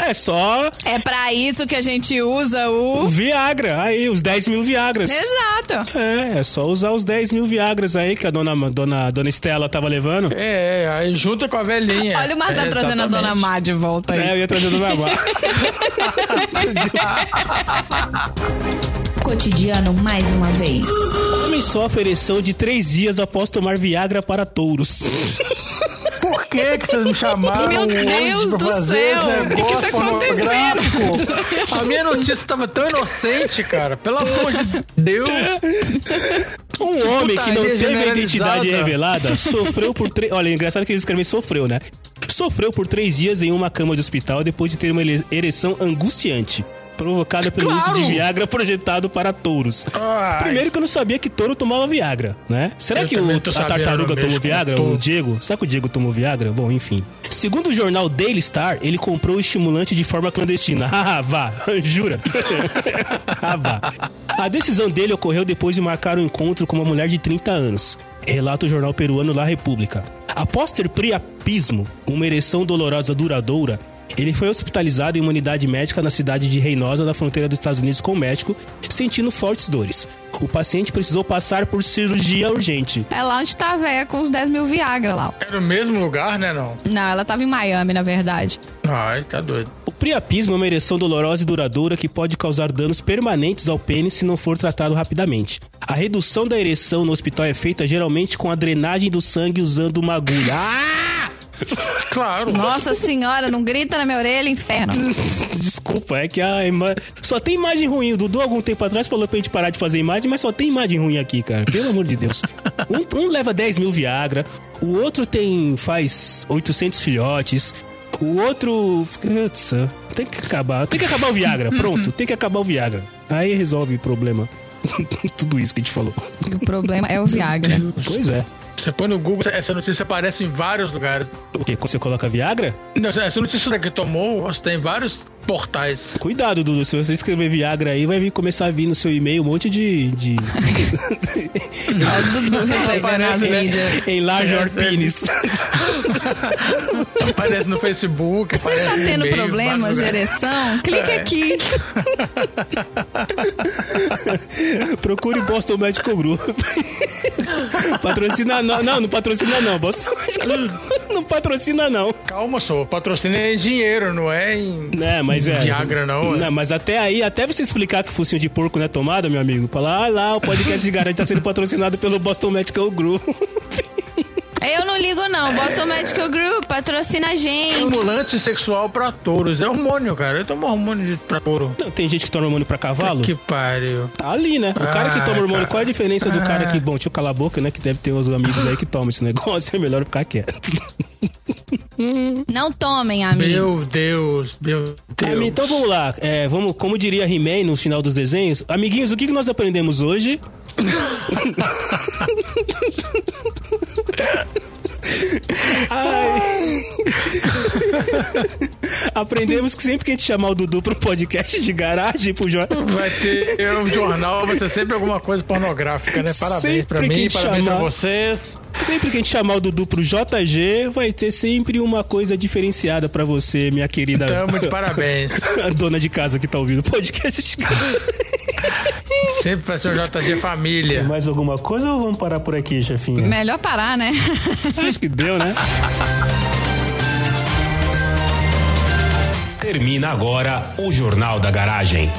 Speaker 2: É só
Speaker 5: É pra isso que a gente usa
Speaker 2: o
Speaker 5: o.
Speaker 2: Viagra. Aí, os 10 mil Viagras.
Speaker 5: Exato.
Speaker 2: É, é só usar os 10 mil Viagras aí que a dona, dona, dona Estela tava levando.
Speaker 4: é, é, aí junta com a velhinha.
Speaker 5: Olha o Marcelo
Speaker 4: É,
Speaker 5: trazendo a dona
Speaker 4: exatamente.
Speaker 5: Má de volta aí.
Speaker 2: É, eu ia trazer do Babá.
Speaker 3: Cotidiano mais uma vez.
Speaker 2: Homem sofre ereção de três dias após tomar Viagra para touros.
Speaker 4: Por que que vocês me chamaram?
Speaker 5: Meu
Speaker 4: hoje
Speaker 5: Deus
Speaker 4: pra
Speaker 5: do
Speaker 4: fazer esse
Speaker 5: céu, o que que
Speaker 4: negócio
Speaker 5: tá acontecendo?
Speaker 4: pornográfico? A minha notícia tava tão inocente, cara. Pelo amor de Deus.
Speaker 2: Um homem que não
Speaker 4: Putaria
Speaker 2: teve a
Speaker 4: generalizada.
Speaker 2: identidade revelada sofreu por três. Olha, é engraçado que eles escrevem sofreu, né? Sofreu por três dias em uma cama de hospital depois de ter uma ele- ereção angustiante. Provocada pelo uso
Speaker 4: Claro!
Speaker 2: de Viagra projetado para touros.
Speaker 4: Ai.
Speaker 2: Primeiro que eu não sabia que touro tomava Viagra, né? Será
Speaker 4: Eu
Speaker 2: que
Speaker 4: também
Speaker 2: o,
Speaker 4: tô
Speaker 2: a
Speaker 4: sabendo,
Speaker 2: tartaruga
Speaker 4: beijo
Speaker 2: tomou
Speaker 4: com
Speaker 2: Viagra?
Speaker 4: touro.
Speaker 2: O Diego? Será que o Diego tomou Viagra? Bom, enfim. Segundo o jornal Daily Star, ele comprou o estimulante de forma clandestina. Ah, vá. Jura? ah, vá. A decisão dele ocorreu depois de marcar um encontro com uma mulher de 30 anos. Relata o jornal peruano La República. Após ter priapismo, uma ereção dolorosa duradoura, ele foi hospitalizado em uma unidade médica na cidade de Reynosa, na fronteira dos Estados Unidos com o México, sentindo fortes dores. O paciente precisou passar por cirurgia urgente.
Speaker 5: É lá onde tá a véia com os 10 mil Viagra lá.
Speaker 4: Era o mesmo lugar, né, não?
Speaker 5: Não, ela tava em Miami, na verdade.
Speaker 4: Ai, tá doido.
Speaker 2: O priapismo é uma ereção dolorosa e duradoura que pode causar danos permanentes ao pênis se não for tratado rapidamente. A redução da ereção no hospital é feita geralmente com a drenagem do sangue usando uma agulha. Ah!
Speaker 4: Claro.
Speaker 5: Nossa senhora, não grita na minha orelha, inferno.
Speaker 2: Desculpa, é que a ima... só tem imagem ruim. O Dudu, algum tempo atrás, falou pra gente parar de fazer imagem, mas só tem imagem ruim aqui, cara. Pelo amor de Deus. Um, um leva 10 mil Viagra, o outro tem faz 800 filhotes, o outro. Putz, Tem que acabar. Tem que acabar o Viagra, pronto. Tem que acabar o Viagra. Aí resolve o problema. Tudo isso que a gente falou.
Speaker 5: O problema é o Viagra.
Speaker 2: Pois é.
Speaker 4: Você põe no Google, essa notícia aparece em vários lugares.
Speaker 2: O quê? Quando você coloca Viagra?
Speaker 4: Não, Essa notícia que tomou, você tem vários portais.
Speaker 2: Cuidado, Dudu. Se você escrever Viagra aí, vai vir começar a vir no seu e-mail um monte de- de...
Speaker 5: É o Dudu recebendo as
Speaker 4: Parece, né?
Speaker 5: mídias.
Speaker 2: Em large
Speaker 4: É,
Speaker 2: or
Speaker 4: sério.
Speaker 2: penis.
Speaker 4: Aparece no Facebook.
Speaker 5: Você está
Speaker 4: aparece no
Speaker 5: tendo
Speaker 4: e-mail,
Speaker 5: problemas
Speaker 4: vários
Speaker 5: de
Speaker 4: lugares.
Speaker 5: ereção? Clique aqui.
Speaker 2: Procure Boston Medical Group. patrocina não. Não, não patrocina não. Boston Medical Group. Não patrocina não.
Speaker 4: Calma, só. Patrocínio é em dinheiro, não é em.
Speaker 2: Né, mas é.
Speaker 4: Viagra não, é.
Speaker 2: Não, mas até aí, até você explicar que focinho de porco não é tomada, meu amigo. Falar, ah lá, o podcast de garagem tá sendo patrocinado pelo Boston Medical Group.
Speaker 5: Eu não ligo, não. Boston Medical Group, patrocina a gente.
Speaker 4: Estimulante sexual pra touros. É hormônio, cara. Eu tomo hormônio de- pra touro.
Speaker 2: Não, tem gente que toma hormônio pra cavalo?
Speaker 4: Que pariu.
Speaker 2: Tá ali, né? O cara que
Speaker 4: Ah,
Speaker 2: toma hormônio,
Speaker 4: cara. Ah.
Speaker 2: qual é a diferença do cara que, bom, deixa eu calar a boca, né? Que deve ter uns amigos aí que tomam esse negócio, é melhor eu ficar quieto.
Speaker 5: Não tomem, amigo.
Speaker 4: Meu Deus, meu Deus.
Speaker 2: Ami- então vamos lá, É, vamos, como diria He-Man no final dos desenhos, amiguinhos, o que que nós aprendemos hoje? Ai. aprendemos que sempre que a gente chamar o Dudu pro podcast de garagem, pro jo...
Speaker 4: Vai ter é um jornal, vai ser sempre alguma coisa pornográfica, né? Parabéns pra
Speaker 2: Sempre
Speaker 4: mim,
Speaker 2: que
Speaker 4: parabéns
Speaker 2: chamar.
Speaker 4: pra vocês.
Speaker 2: sempre que a gente chamar o Dudu pro JG, vai ter sempre uma coisa diferenciada pra você, minha querida
Speaker 4: Tamo de parabéns.
Speaker 2: a dona de casa que tá ouvindo o podcast de garagem.
Speaker 4: Sempre vai ser um JG Família.
Speaker 2: Mais alguma coisa ou vamos parar por aqui, chefinha?
Speaker 5: Melhor parar, né?
Speaker 2: Acho que deu, né?
Speaker 7: Termina agora o Jornal da Garagem.